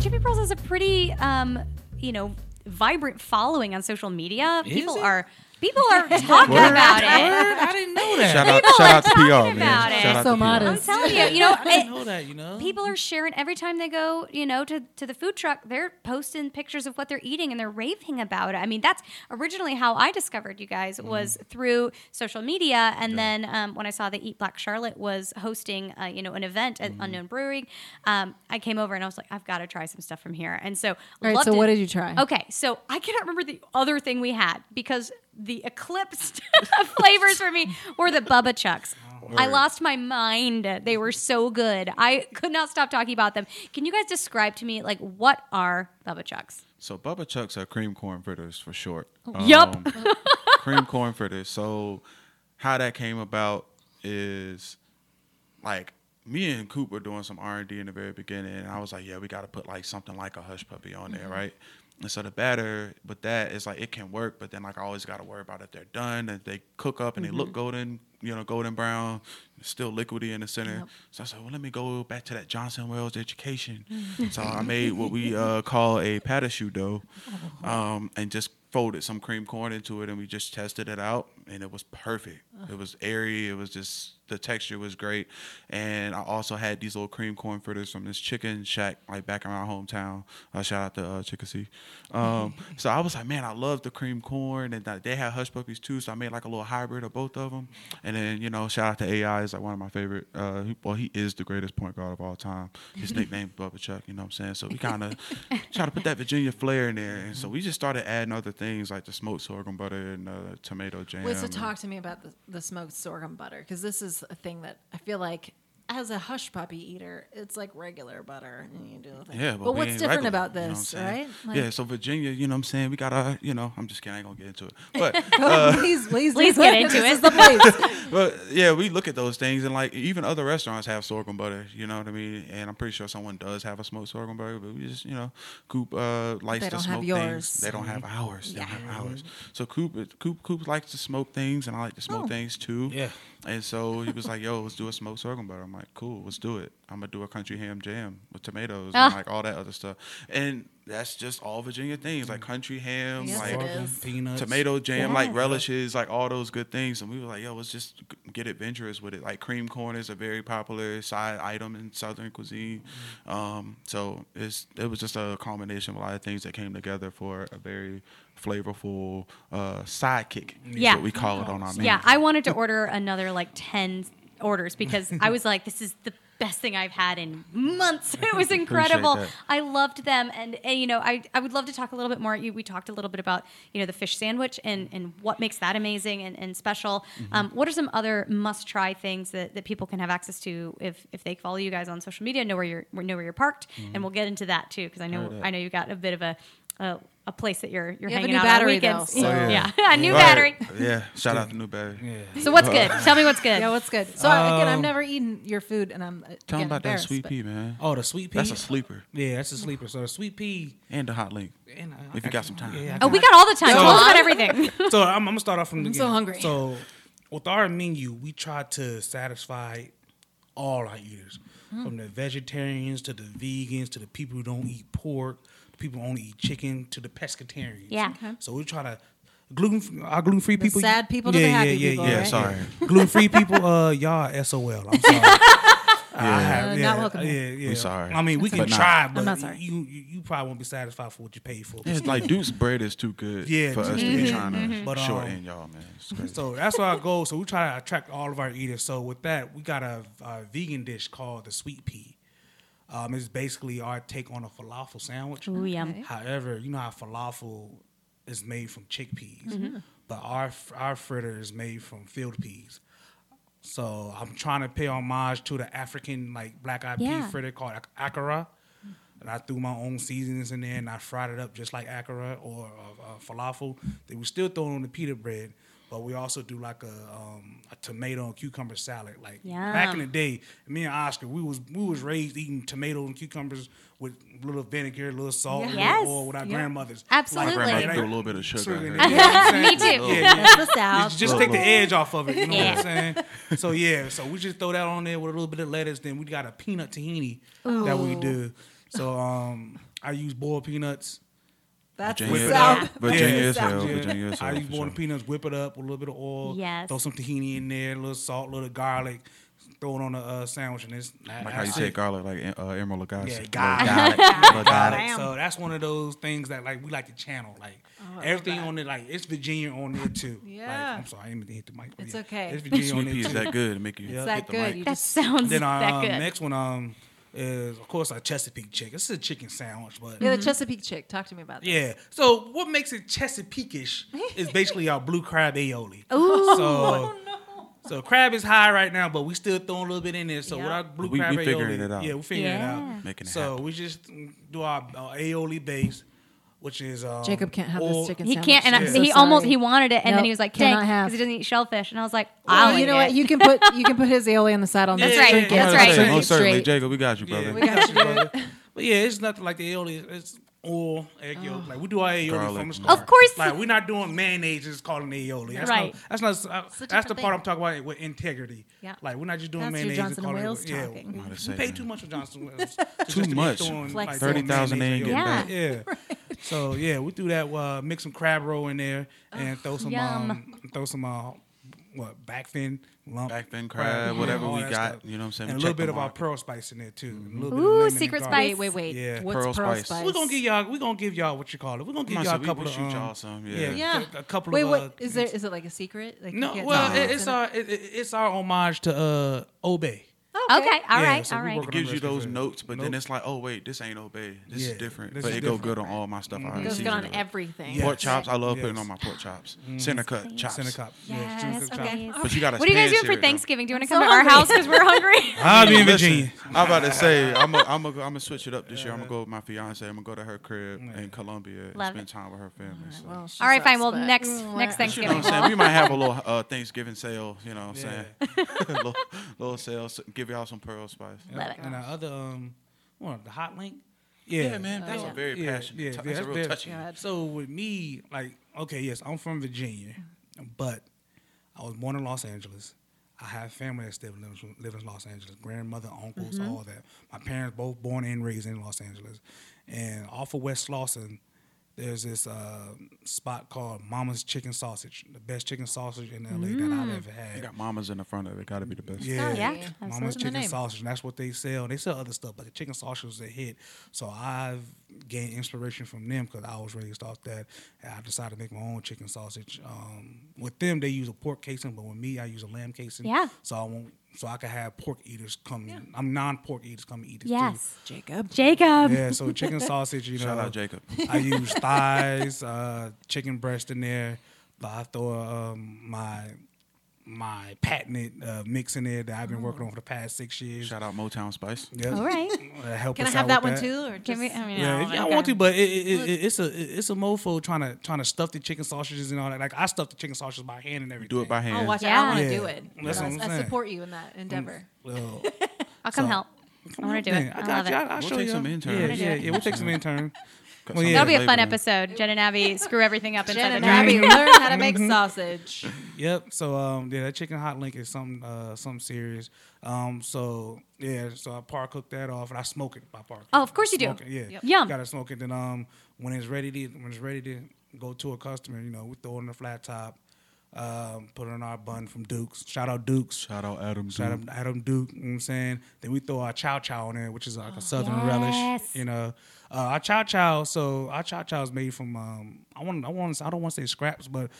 [SPEAKER 4] Jimmy Pearls has a pretty, um, you know, vibrant following on social media. people
[SPEAKER 5] it?
[SPEAKER 4] are people are talking about it.
[SPEAKER 5] I didn't know that.
[SPEAKER 2] Shout out,
[SPEAKER 4] People
[SPEAKER 2] shout
[SPEAKER 4] are
[SPEAKER 2] out to PR,
[SPEAKER 4] talking
[SPEAKER 2] man.
[SPEAKER 4] about it.
[SPEAKER 2] Shout out
[SPEAKER 3] So
[SPEAKER 2] to PR.
[SPEAKER 3] modest.
[SPEAKER 4] I'm telling you, you know,
[SPEAKER 5] I didn't
[SPEAKER 4] it-
[SPEAKER 5] know that. You know,
[SPEAKER 4] people are sharing every time they go, you know, to to the food truck. They're posting pictures of what they're eating and they're raving about it. I mean, that's originally how I discovered you guys was through social media, and then um, when I saw that Eat Black Charlotte was hosting, uh, you know, an event at Unknown Brewery, um, I came over and I was like, I've got to try some stuff from here, and so.
[SPEAKER 3] All right,
[SPEAKER 4] loved
[SPEAKER 3] so
[SPEAKER 4] it.
[SPEAKER 3] what did you try?
[SPEAKER 4] Okay, so I cannot remember the other thing we had because the eclipsed flavors for me were the Bubba Chucks. I lost my mind. They were so good. I could not stop talking about them. Can you guys describe to me like what are Bubba Chucks?
[SPEAKER 2] So Bubba Chucks are cream corn fritters for short.
[SPEAKER 4] Oh.
[SPEAKER 2] Um,
[SPEAKER 9] Yup.
[SPEAKER 2] cream corn fritters. So how that came about is like me and Coop were doing some R and D in the very beginning, and I was like, yeah, we got to put like something like a hush puppy on there, right? And so the batter, but that is like it can work, but then like I always got to worry about if they're done, if they cook up and they look golden, you know, golden brown, still liquidy in the center. So I said, well, let me go back to that Johnson Wells education. so I made what we uh, call a patashu dough, um, and just folded some cream corn into it, and we just tested it out, and it was perfect. It was airy. It was just the texture was great, and I also had these little cream corn fritters from this chicken shack like back in my hometown. Uh, shout out to uh, Chickasee. Um, so I was like, man, I love the cream corn, and that they had hush puppies too. So I made like a little hybrid of both of them, and then you know, shout out to AI is like one of my favorite. Uh, he- well, he is the greatest point guard of all time. His nickname Bubba Chuck. You know what I'm saying? So we kind of try to put that Virginia flair in there, and so we just started adding other things like the smoked sorghum butter and uh, tomato jam.
[SPEAKER 3] Wait, so
[SPEAKER 2] and-
[SPEAKER 3] talk to me about the, the smoked sorghum butter because this is a thing that I feel like as a hush puppy eater, it's like regular butter and you do the thing.
[SPEAKER 2] Yeah,
[SPEAKER 3] but,
[SPEAKER 2] but, we
[SPEAKER 3] what's
[SPEAKER 2] ain't
[SPEAKER 3] different
[SPEAKER 2] regular,
[SPEAKER 3] about
[SPEAKER 2] you know what I'm
[SPEAKER 3] this, right?
[SPEAKER 2] saying?
[SPEAKER 3] Like,
[SPEAKER 2] yeah, so Virginia, you know what I'm saying? We got our, you know, I'm just kidding, I ain't gonna get into it. But
[SPEAKER 3] please, please,
[SPEAKER 9] Please get into
[SPEAKER 3] This
[SPEAKER 9] it.
[SPEAKER 3] is the place.
[SPEAKER 2] but yeah, we look at those things, and like even other restaurants have sorghum butter. You know what I mean? And I'm pretty sure someone does have a smoked sorghum butter, but we just you know, Coop uh, likes
[SPEAKER 3] They
[SPEAKER 2] to
[SPEAKER 3] don't have
[SPEAKER 2] smoke
[SPEAKER 3] yours.
[SPEAKER 2] things. They don't have ours. They don't have ours. So Coop, Coop, Coop likes to smoke things, and I like to
[SPEAKER 3] Oh.
[SPEAKER 2] smoke things too.
[SPEAKER 5] Yeah.
[SPEAKER 2] And so he was like, "Yo, let's do a smoked sorghum butter." I'm like, "Cool, let's do it. I'm gonna do a country ham jam with tomatoes
[SPEAKER 3] Ah.
[SPEAKER 2] and like all that other stuff." And that's just all Virginia things, like country ham,
[SPEAKER 3] Mm. Yes,
[SPEAKER 2] like
[SPEAKER 3] it
[SPEAKER 5] Barbecue,
[SPEAKER 3] is.
[SPEAKER 5] Peanuts.
[SPEAKER 2] tomato jam, like relishes, like all those good things. And we were like, yo, let's just g- get adventurous with it. Like cream corn is a very popular side item in Southern cuisine.
[SPEAKER 4] Mm-hmm.
[SPEAKER 2] Um, so it's it was just a combination of a lot of things that came together for a very flavorful uh, sidekick. is
[SPEAKER 4] Yeah.
[SPEAKER 2] what we call it on our menu.
[SPEAKER 4] Yeah, I wanted to order another like 10 orders because I was like, this is the best thing I've had in months. It was incredible.
[SPEAKER 2] that.
[SPEAKER 4] I loved them. And, and, you know, I, I would love to talk a little bit more. You- We talked a little bit about, you know, the fish sandwich and, and what makes that amazing and, and special. Um, what are some other must try things that, that people can have access to if, if they follow you guys on social media, know where you're, know where you're parked. And we'll get into that too. Cause I know, I know you got a bit of a, a, a place that you're, you're
[SPEAKER 3] You have a
[SPEAKER 4] hanging
[SPEAKER 3] new
[SPEAKER 4] out
[SPEAKER 3] battery,
[SPEAKER 4] on
[SPEAKER 3] though,
[SPEAKER 4] weekends.
[SPEAKER 3] so- Oh,
[SPEAKER 4] yeah.
[SPEAKER 3] yeah.
[SPEAKER 4] a new
[SPEAKER 2] Right.
[SPEAKER 4] battery.
[SPEAKER 2] Yeah, shout out to New Battery.
[SPEAKER 4] So what's good? Tell me what's good.
[SPEAKER 3] yeah, what's good? So I- again, I've never eaten your food, and I'm uh,
[SPEAKER 2] Tell them
[SPEAKER 3] again,
[SPEAKER 2] Um, about that
[SPEAKER 3] embarrassed,
[SPEAKER 2] sweet
[SPEAKER 3] but-
[SPEAKER 2] pea, man.
[SPEAKER 5] Oh, the sweet pea.
[SPEAKER 2] That's a sleeper
[SPEAKER 5] Yeah, that's a sleeper. So the sweet pea.
[SPEAKER 2] and a hot link.
[SPEAKER 5] And
[SPEAKER 4] uh,
[SPEAKER 5] I-
[SPEAKER 2] If you got some time.
[SPEAKER 5] Yeah, I
[SPEAKER 4] oh,
[SPEAKER 5] got-
[SPEAKER 4] we got all the time. Tell us about everything.
[SPEAKER 5] so I'm, I'm gonna start off from the
[SPEAKER 3] I'm so
[SPEAKER 5] beginning.
[SPEAKER 3] hungry.
[SPEAKER 5] So with our menu, we try to satisfy all our eaters,
[SPEAKER 4] Hmm.
[SPEAKER 5] from the vegetarians to the vegans to the people who don't eat pork, the people who only eat chicken to the pescatarians.
[SPEAKER 4] Yeah. Okay.
[SPEAKER 5] So we try to gluten our gluten free people.
[SPEAKER 3] sad people to the happy people,
[SPEAKER 2] right? sorry.
[SPEAKER 5] gluten free people. Uh, y'all sol. I'm sorry. I have,
[SPEAKER 3] Uh, not welcome
[SPEAKER 5] Yeah,
[SPEAKER 3] here.
[SPEAKER 5] yeah.
[SPEAKER 2] We sorry.
[SPEAKER 5] I mean, we
[SPEAKER 2] That's
[SPEAKER 5] can
[SPEAKER 2] okay. But
[SPEAKER 5] try,
[SPEAKER 3] I'm
[SPEAKER 5] but
[SPEAKER 3] not sorry.
[SPEAKER 5] You, you you probably won't be satisfied for what you paid for.
[SPEAKER 2] It's like Duke's bread is too good
[SPEAKER 5] Yeah,
[SPEAKER 2] for us to
[SPEAKER 5] mhm,
[SPEAKER 2] be
[SPEAKER 4] Mm-hmm.
[SPEAKER 2] trying to
[SPEAKER 5] But, um,
[SPEAKER 2] shorten y'all, man. It's crazy.
[SPEAKER 5] So that's our goal. So we try to attract all of our eaters. So with that, we got a, a vegan dish called the sweet pea. Um, it's basically our take on a falafel sandwich.
[SPEAKER 4] Ooh, yum. Okay.
[SPEAKER 5] However, you know how falafel is made from chickpeas,
[SPEAKER 4] Mm-hmm.
[SPEAKER 5] but our our fritter is made from field peas. So I'm trying to pay homage to the African like black eyed
[SPEAKER 4] Yeah.
[SPEAKER 5] pea fritter called ak- akara. And I threw my own seasonings in there and I fried it up just like akara or uh, uh, falafel. They were still throwing on the pita bread, but we also do like a, um, a tomato and cucumber salad. Like back in the
[SPEAKER 4] Yum.
[SPEAKER 5] day, me and Oscar, we was we was raised eating tomatoes and cucumbers with little vinegar, little salt,
[SPEAKER 3] Yeah.
[SPEAKER 5] little
[SPEAKER 4] Yes.
[SPEAKER 5] oil with our grandmothers.
[SPEAKER 4] Absolutely.
[SPEAKER 2] My grandma
[SPEAKER 4] Like-
[SPEAKER 2] threw a little bit of sugar. in
[SPEAKER 5] Sugar.
[SPEAKER 2] her.
[SPEAKER 5] Yeah.
[SPEAKER 4] Me too.
[SPEAKER 5] Yeah,
[SPEAKER 3] The South.
[SPEAKER 5] Just take the edge off of it. You know
[SPEAKER 4] Yeah.
[SPEAKER 5] what I'm saying? So yeah, so we just throw that on there with a little bit of lettuce. Then we got a peanut tahini that
[SPEAKER 2] Oh.
[SPEAKER 5] we do. So um, I use boiled peanuts.
[SPEAKER 3] That's
[SPEAKER 2] Virginia,
[SPEAKER 3] the South.
[SPEAKER 2] Virginia
[SPEAKER 5] Yeah.
[SPEAKER 2] is hell.
[SPEAKER 5] Yeah.
[SPEAKER 2] Virginia is hell.
[SPEAKER 5] I use
[SPEAKER 2] for
[SPEAKER 5] boiled
[SPEAKER 2] sure.
[SPEAKER 5] peanuts, whip it up with a little bit of oil.
[SPEAKER 4] Yes.
[SPEAKER 5] Throw some tahini in there, a little salt, a little garlic. Throw it on a uh, sandwich, and it's
[SPEAKER 2] Like how you
[SPEAKER 5] that's
[SPEAKER 2] say
[SPEAKER 5] it.
[SPEAKER 2] garlic, like uh, Emerald Lagasse.
[SPEAKER 5] Yeah,
[SPEAKER 2] Like,
[SPEAKER 5] garlic.
[SPEAKER 2] Garlic. Like,
[SPEAKER 5] Got
[SPEAKER 2] garlic.
[SPEAKER 5] it. So that's one of those things that like we like to channel. Like everything on it, like it's Virginia on there too.
[SPEAKER 3] Oh, Yeah.
[SPEAKER 5] Like, I'm sorry, I didn't mean to hit the mic. but
[SPEAKER 3] It's
[SPEAKER 5] yeah,
[SPEAKER 3] okay.
[SPEAKER 5] It's Virginia on
[SPEAKER 2] Sweet pea
[SPEAKER 5] there
[SPEAKER 2] is
[SPEAKER 5] too.
[SPEAKER 2] that good. to Make you
[SPEAKER 5] It's
[SPEAKER 2] hit
[SPEAKER 3] Is that
[SPEAKER 2] the
[SPEAKER 3] good?
[SPEAKER 2] mic.
[SPEAKER 3] You
[SPEAKER 4] That
[SPEAKER 3] just
[SPEAKER 4] sounds
[SPEAKER 5] Then our
[SPEAKER 4] that
[SPEAKER 5] um,
[SPEAKER 4] good.
[SPEAKER 5] next one um is of course our Chesapeake chick. This is a chicken sandwich, but
[SPEAKER 3] yeah, the Chesapeake chick. Talk to me about that.
[SPEAKER 5] yeah. So what makes it Chesapeake-ish is basically our blue crab aioli. So,
[SPEAKER 3] Oh,
[SPEAKER 5] so crab is high right now, but we still throwing a little bit in there. So with our blue
[SPEAKER 2] We- we
[SPEAKER 5] crab aioli,
[SPEAKER 2] figuring it out.
[SPEAKER 5] yeah, we're figuring
[SPEAKER 4] Yeah.
[SPEAKER 5] it out.
[SPEAKER 2] Making it
[SPEAKER 5] so we just mm, do our uh, aioli base. which is um,
[SPEAKER 3] Jacob can't have this
[SPEAKER 5] oil-
[SPEAKER 3] chicken
[SPEAKER 4] He
[SPEAKER 3] sandwich.
[SPEAKER 4] can't, and I,
[SPEAKER 3] I'm
[SPEAKER 4] he
[SPEAKER 3] so
[SPEAKER 4] almost
[SPEAKER 3] sorry.
[SPEAKER 4] he wanted it, and
[SPEAKER 3] Nope,
[SPEAKER 4] then he was like, "Dang,"
[SPEAKER 3] cannot have.
[SPEAKER 4] because he doesn't eat shellfish. And I was like,
[SPEAKER 3] Oh,
[SPEAKER 4] "I'll
[SPEAKER 3] you
[SPEAKER 4] eat
[SPEAKER 3] know
[SPEAKER 4] it."
[SPEAKER 3] what? You can put you can put his aioli on the side on
[SPEAKER 5] Yeah,
[SPEAKER 3] this.
[SPEAKER 4] That's right,
[SPEAKER 5] yeah, yeah,
[SPEAKER 4] that's right.
[SPEAKER 5] yeah, yeah, yeah.
[SPEAKER 3] Drink it
[SPEAKER 2] Most Oh, certainly,
[SPEAKER 3] straight.
[SPEAKER 2] Jacob, we got you, brother.
[SPEAKER 5] Yeah,
[SPEAKER 3] We got you, brother.
[SPEAKER 5] But yeah, it's nothing like the aioli. It's oil, aioli. Like we do our aioli
[SPEAKER 2] Garlic.
[SPEAKER 5] from the start.
[SPEAKER 4] Oh. Of course.
[SPEAKER 5] Like we're not doing mayonnaise. Just calling it aioli. That's
[SPEAKER 4] Right.
[SPEAKER 5] Not, that's not.
[SPEAKER 4] a
[SPEAKER 5] uh, that's the
[SPEAKER 4] different
[SPEAKER 5] part
[SPEAKER 4] thing.
[SPEAKER 5] I'm talking about with integrity.
[SPEAKER 4] Yeah.
[SPEAKER 5] Like we're not just doing
[SPEAKER 3] That's your
[SPEAKER 5] mayonnaise.
[SPEAKER 3] Johnson
[SPEAKER 5] and calling
[SPEAKER 3] Wales
[SPEAKER 5] it, yeah,
[SPEAKER 3] talking.
[SPEAKER 5] we-
[SPEAKER 2] Might have
[SPEAKER 5] We
[SPEAKER 2] said
[SPEAKER 5] pay
[SPEAKER 2] that.
[SPEAKER 5] too much for Johnson Wales. to just be
[SPEAKER 2] much.
[SPEAKER 5] throwing,
[SPEAKER 3] Flexing.
[SPEAKER 5] like, throwing
[SPEAKER 2] 30,000
[SPEAKER 5] mayonnaise
[SPEAKER 2] ain't
[SPEAKER 5] and
[SPEAKER 4] getting
[SPEAKER 5] aioli. Yeah. So yeah, we do that. Uh, mix some crab roll in there and throw some.
[SPEAKER 4] yum.
[SPEAKER 5] Um, throw some. Uh, what back fin lump
[SPEAKER 2] Back fin crab,
[SPEAKER 5] yeah,
[SPEAKER 2] whatever
[SPEAKER 5] all
[SPEAKER 2] we
[SPEAKER 5] that
[SPEAKER 2] got, you know what I'm saying?
[SPEAKER 5] and
[SPEAKER 2] We
[SPEAKER 5] a little
[SPEAKER 2] check the
[SPEAKER 5] bit of our
[SPEAKER 2] market.
[SPEAKER 5] pearl spice in there too and a little bit of
[SPEAKER 4] Ooh,
[SPEAKER 5] lemon and
[SPEAKER 4] secret
[SPEAKER 5] garlic.
[SPEAKER 4] spice.
[SPEAKER 3] Wait, wait, wait.
[SPEAKER 5] Yeah.
[SPEAKER 3] What's pearl,
[SPEAKER 2] Pearl
[SPEAKER 3] spice?
[SPEAKER 2] spice.
[SPEAKER 5] We're gonna give y'all. We're gonna give y'all what you call it. We're gonna give
[SPEAKER 2] Nah,
[SPEAKER 5] y'all
[SPEAKER 2] so
[SPEAKER 5] a
[SPEAKER 2] we-
[SPEAKER 5] couple
[SPEAKER 2] we
[SPEAKER 5] of
[SPEAKER 2] shoot
[SPEAKER 5] um,
[SPEAKER 2] y'all some, yeah.
[SPEAKER 3] Yeah.
[SPEAKER 5] a- a couple
[SPEAKER 3] Wait,
[SPEAKER 5] of.
[SPEAKER 3] what is
[SPEAKER 5] uh,
[SPEAKER 3] there? Is it like a secret? Like you
[SPEAKER 5] No,
[SPEAKER 3] can't
[SPEAKER 5] well,
[SPEAKER 3] tell
[SPEAKER 5] it,
[SPEAKER 3] us?
[SPEAKER 5] it's our it, it- it's our homage to uh Obey.
[SPEAKER 4] Okay, all
[SPEAKER 5] Yeah,
[SPEAKER 4] right,
[SPEAKER 5] so
[SPEAKER 4] all
[SPEAKER 5] we
[SPEAKER 4] right.
[SPEAKER 5] work-
[SPEAKER 2] It gives you those
[SPEAKER 5] Nope.
[SPEAKER 2] notes, but then it's like, oh wait, this ain't obey. This
[SPEAKER 5] Yeah,
[SPEAKER 2] is different.
[SPEAKER 5] this
[SPEAKER 2] but
[SPEAKER 5] is
[SPEAKER 2] it
[SPEAKER 5] different.
[SPEAKER 2] go good on all my stuff. I already
[SPEAKER 3] Goes good on
[SPEAKER 2] seasoned it.
[SPEAKER 3] everything.
[SPEAKER 2] Pork chops, I love putting
[SPEAKER 5] Yes.
[SPEAKER 2] on my pork chops. Center cut chops.
[SPEAKER 5] Center cop.
[SPEAKER 4] Yes, please.
[SPEAKER 2] But you gotta
[SPEAKER 4] What are you guys
[SPEAKER 2] pan sear
[SPEAKER 4] doing
[SPEAKER 2] it,
[SPEAKER 4] for
[SPEAKER 2] though.
[SPEAKER 4] Thanksgiving? Do you want to
[SPEAKER 3] so
[SPEAKER 4] come to our
[SPEAKER 3] hungry.
[SPEAKER 4] house because we're hungry?
[SPEAKER 5] I'll be in
[SPEAKER 2] Listen,
[SPEAKER 5] Virginia.
[SPEAKER 2] I'm about to say I'm a, I'm a, I'm gonna switch it up this year. I'm gonna go with my fiance. I'm gonna go to her crib in Columbia and
[SPEAKER 4] Love
[SPEAKER 2] spend
[SPEAKER 4] it.
[SPEAKER 2] time with her family. So.
[SPEAKER 3] Well, she's
[SPEAKER 4] all right, fine. Well,
[SPEAKER 3] upset.
[SPEAKER 4] next
[SPEAKER 3] Mm, what?
[SPEAKER 4] next
[SPEAKER 2] you know
[SPEAKER 4] Thanksgiving.
[SPEAKER 2] what I'm saying? We might have a little uh, Thanksgiving sale. You know what I'm saying? little, little sale. s- Give y'all some pearl spice.
[SPEAKER 4] Love it.
[SPEAKER 5] And our other um, one the hot link. Yeah,
[SPEAKER 2] Yeah, man, that's a very
[SPEAKER 5] yeah,
[SPEAKER 2] passionate.
[SPEAKER 5] yeah,
[SPEAKER 2] tou-
[SPEAKER 5] yeah,
[SPEAKER 2] that's a
[SPEAKER 5] that's
[SPEAKER 2] real
[SPEAKER 5] very-
[SPEAKER 2] touchy.
[SPEAKER 5] So with me, like, okay, yes, I'm from Virginia, but I was born in Los Angeles. I have family that still lives, live in Los Angeles, grandmother, uncles, all that. My parents both born and raised in Los Angeles. And off of West Lawson, there's this uh, spot called Mama's Chicken Sausage, the best chicken sausage in LA that I've ever had.
[SPEAKER 2] You got mamas in the front of it. Gotta be the best.
[SPEAKER 5] Yeah,
[SPEAKER 4] yeah,
[SPEAKER 5] Mama's
[SPEAKER 4] absolutely.
[SPEAKER 5] chicken
[SPEAKER 3] name.
[SPEAKER 5] sausage. And that's what they sell. They sell other stuff, but the chicken sausage is a hit. So I've gained inspiration from them because I was raised off that. And I decided to make my own chicken sausage. Um, with them, they use a pork casing, but with me, I use a lamb casing.
[SPEAKER 4] Yeah.
[SPEAKER 5] So I won't. So I can have pork eaters come. I'm non-pork eaters come eat it
[SPEAKER 4] Yes,
[SPEAKER 3] Jacob.
[SPEAKER 4] Jacob.
[SPEAKER 5] too. Yeah. So chicken sausage. You know.
[SPEAKER 2] Shout out Jacob.
[SPEAKER 5] I use thighs, uh, chicken breast in there. But I throw um, my my patented uh, mix in there that I've been working on for the past six years.
[SPEAKER 2] Oh. Shout out Motown Spice.
[SPEAKER 5] Yeah.
[SPEAKER 4] All right.
[SPEAKER 5] Uh, help
[SPEAKER 3] Can I
[SPEAKER 5] us
[SPEAKER 3] have that
[SPEAKER 5] out with
[SPEAKER 3] one too, or
[SPEAKER 4] Can
[SPEAKER 3] just
[SPEAKER 4] we? I mean,
[SPEAKER 5] Yeah,
[SPEAKER 4] oh
[SPEAKER 5] if
[SPEAKER 4] my
[SPEAKER 5] y'all
[SPEAKER 4] God.
[SPEAKER 5] want to, but it, it, it, it's a it- it's a mofo trying to trying to stuff the chicken sausages and all that. Like I stuff the chicken sausages by hand and everything.
[SPEAKER 2] Do it by
[SPEAKER 3] Oh,
[SPEAKER 2] hand.
[SPEAKER 3] watch
[SPEAKER 4] Yeah.
[SPEAKER 3] out! I want to
[SPEAKER 5] Yeah.
[SPEAKER 3] do it.
[SPEAKER 5] That's what
[SPEAKER 3] I,
[SPEAKER 5] I'm
[SPEAKER 3] I
[SPEAKER 5] saying.
[SPEAKER 3] support you in that endeavor.
[SPEAKER 5] Well,
[SPEAKER 4] I'll come
[SPEAKER 5] So-
[SPEAKER 4] help. I want to do
[SPEAKER 5] dang,
[SPEAKER 4] it.
[SPEAKER 5] I
[SPEAKER 4] I
[SPEAKER 5] got
[SPEAKER 4] love
[SPEAKER 5] you.
[SPEAKER 4] it.
[SPEAKER 5] I, I'll
[SPEAKER 2] We'll
[SPEAKER 5] show
[SPEAKER 2] take
[SPEAKER 5] you.
[SPEAKER 2] some interns.
[SPEAKER 5] Yeah,
[SPEAKER 2] We'll
[SPEAKER 5] yeah,
[SPEAKER 2] do
[SPEAKER 5] yeah. We'll take some intern. Well,
[SPEAKER 2] Somebody
[SPEAKER 5] yeah.
[SPEAKER 4] That'll be a
[SPEAKER 2] label
[SPEAKER 4] fun
[SPEAKER 2] them.
[SPEAKER 4] episode. Jen and Abby screw everything up
[SPEAKER 3] Jen
[SPEAKER 4] inside
[SPEAKER 3] and
[SPEAKER 4] the
[SPEAKER 3] Abby learn how to
[SPEAKER 5] Mm-hmm.
[SPEAKER 3] make sausage.
[SPEAKER 5] Yep. So um, yeah, that chicken hot link is something uh, something serious. Um, so yeah, so I par cook that off and I smoke it by par. cook.
[SPEAKER 4] Oh, of course you do.
[SPEAKER 5] Smoke it, yeah.
[SPEAKER 4] Yep. Yum.
[SPEAKER 5] Gotta smoke it. Then um, when it's ready to when it's ready to go to a customer, you know, we throw it on the flat top. Um, put it on our bun from Duke's. Shout out Duke's.
[SPEAKER 2] Shout out Adam.
[SPEAKER 5] Shout
[SPEAKER 2] Duke.
[SPEAKER 5] out Adam Duke, you know what I'm saying? Then we throw our chow chow in there, which is like a southern relish,
[SPEAKER 4] Oh, yes.
[SPEAKER 5] you know. Uh, our chow chow, so our chow chow is made from um, I want I want I don't want to say scraps, but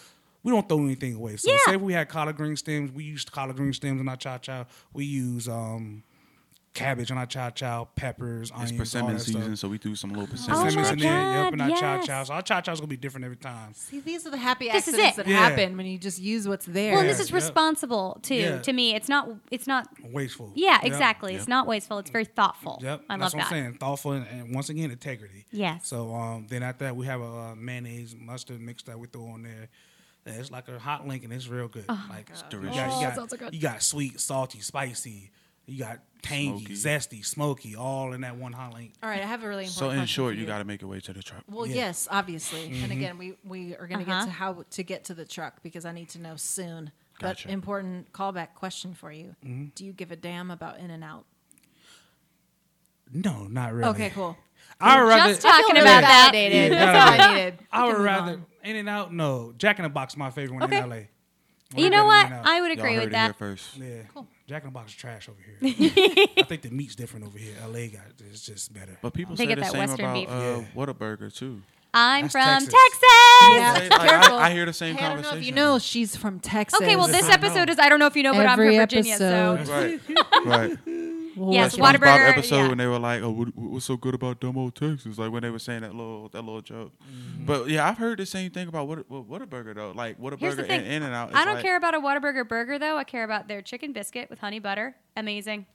[SPEAKER 5] we don't throw anything away. So
[SPEAKER 4] Yeah.
[SPEAKER 5] say if we had collard green stems, we use collard green stems in our chow chow. We use um, cabbage in our chow chow,
[SPEAKER 2] It's
[SPEAKER 5] peppers, onions, all
[SPEAKER 2] persimmon
[SPEAKER 5] that
[SPEAKER 2] season,
[SPEAKER 5] stuff.
[SPEAKER 2] so we threw some little
[SPEAKER 4] Oh my
[SPEAKER 2] persimmons.
[SPEAKER 5] Persimmon's in there, yep,
[SPEAKER 4] God,
[SPEAKER 5] in our chow
[SPEAKER 4] yes.
[SPEAKER 5] chow. So our chow chow's gonna be different every time.
[SPEAKER 3] See, these are the happy
[SPEAKER 4] This is
[SPEAKER 3] accidents
[SPEAKER 4] it.
[SPEAKER 3] that
[SPEAKER 5] Yeah.
[SPEAKER 3] happen when you just use what's there.
[SPEAKER 4] Well, and this is
[SPEAKER 5] Yeah.
[SPEAKER 4] responsible too.
[SPEAKER 5] Yeah.
[SPEAKER 4] To me, it's not. It's not.
[SPEAKER 5] Wasteful.
[SPEAKER 4] Yeah,
[SPEAKER 5] Yep.
[SPEAKER 4] exactly. It's not wasteful. It's very thoughtful.
[SPEAKER 5] Yep,
[SPEAKER 4] I love
[SPEAKER 5] that's what
[SPEAKER 4] that.
[SPEAKER 5] I'm saying. Thoughtful and, and once again integrity.
[SPEAKER 4] Yes.
[SPEAKER 5] So um, then after that we have a uh, mayonnaise mustard mix that we throw on there. And it's like a hot link and it's real good. like it's
[SPEAKER 2] delicious.
[SPEAKER 5] You got, you
[SPEAKER 2] Oh,
[SPEAKER 5] got- you got sweet, salty, spicy. You got
[SPEAKER 2] Smoky.
[SPEAKER 5] tangy, zesty, smoky, all in that one hot link.
[SPEAKER 3] All right, I have a really important.
[SPEAKER 2] So in
[SPEAKER 3] question
[SPEAKER 2] short,
[SPEAKER 3] for
[SPEAKER 2] you got to make your way to the truck.
[SPEAKER 3] Well, yes, obviously, and again, we we are going to
[SPEAKER 2] Uh-huh.
[SPEAKER 3] get to how to get to the truck because I need to know soon.
[SPEAKER 2] Gotcha.
[SPEAKER 3] But important callback question for you: Do you give a damn about In and Out?
[SPEAKER 5] No, not really.
[SPEAKER 3] Okay, cool.
[SPEAKER 5] I would rather
[SPEAKER 4] Just talking
[SPEAKER 3] really
[SPEAKER 4] about that.
[SPEAKER 3] validated.
[SPEAKER 5] Yeah.
[SPEAKER 3] That's all I needed.
[SPEAKER 5] I
[SPEAKER 3] We
[SPEAKER 5] would
[SPEAKER 3] can move
[SPEAKER 5] rather
[SPEAKER 3] on.
[SPEAKER 5] In and Out, no. Jack in the Box is my favorite one
[SPEAKER 4] Okay.
[SPEAKER 5] in LA.
[SPEAKER 4] You know what?
[SPEAKER 5] I.
[SPEAKER 4] I would
[SPEAKER 2] Y'all
[SPEAKER 4] agree
[SPEAKER 2] heard
[SPEAKER 4] with
[SPEAKER 2] it here
[SPEAKER 4] that.
[SPEAKER 2] first.
[SPEAKER 5] Yeah. Jack in the Box is trash over here. I think the meat's different over here. LA got it's just better.
[SPEAKER 2] But people
[SPEAKER 4] They
[SPEAKER 2] say
[SPEAKER 4] get
[SPEAKER 2] the
[SPEAKER 4] that
[SPEAKER 2] same
[SPEAKER 4] Western
[SPEAKER 2] about
[SPEAKER 4] beef.
[SPEAKER 2] uh, Whataburger too.
[SPEAKER 4] I'm
[SPEAKER 5] That's
[SPEAKER 4] from
[SPEAKER 5] Texas.
[SPEAKER 4] Texas.
[SPEAKER 3] Yeah,
[SPEAKER 2] Like, I-
[SPEAKER 3] careful.
[SPEAKER 2] I hear the same
[SPEAKER 3] Hey, I don't know if you
[SPEAKER 2] conversation.
[SPEAKER 3] know she's from Texas.
[SPEAKER 4] Okay, well, this
[SPEAKER 5] I know.
[SPEAKER 4] episode is I don't know if you know, but
[SPEAKER 3] Every
[SPEAKER 4] I'm from Virginia.
[SPEAKER 3] episode.
[SPEAKER 4] So
[SPEAKER 2] Right, right.
[SPEAKER 4] yes,
[SPEAKER 2] Spongebob
[SPEAKER 4] Whataburger.
[SPEAKER 2] episode
[SPEAKER 4] yeah.
[SPEAKER 2] when they were like, "Oh, what, what's so good about dumb old Texas?" Like when they were saying that little that little joke.
[SPEAKER 4] Mm-hmm.
[SPEAKER 2] But yeah, I've heard the same thing about what what Whataburger though. Like
[SPEAKER 4] Here's the
[SPEAKER 2] Whataburger
[SPEAKER 4] thing.
[SPEAKER 2] and In and Out.
[SPEAKER 4] I don't care about a Whataburger burger though. I care about their chicken biscuit with honey butter. Amazing.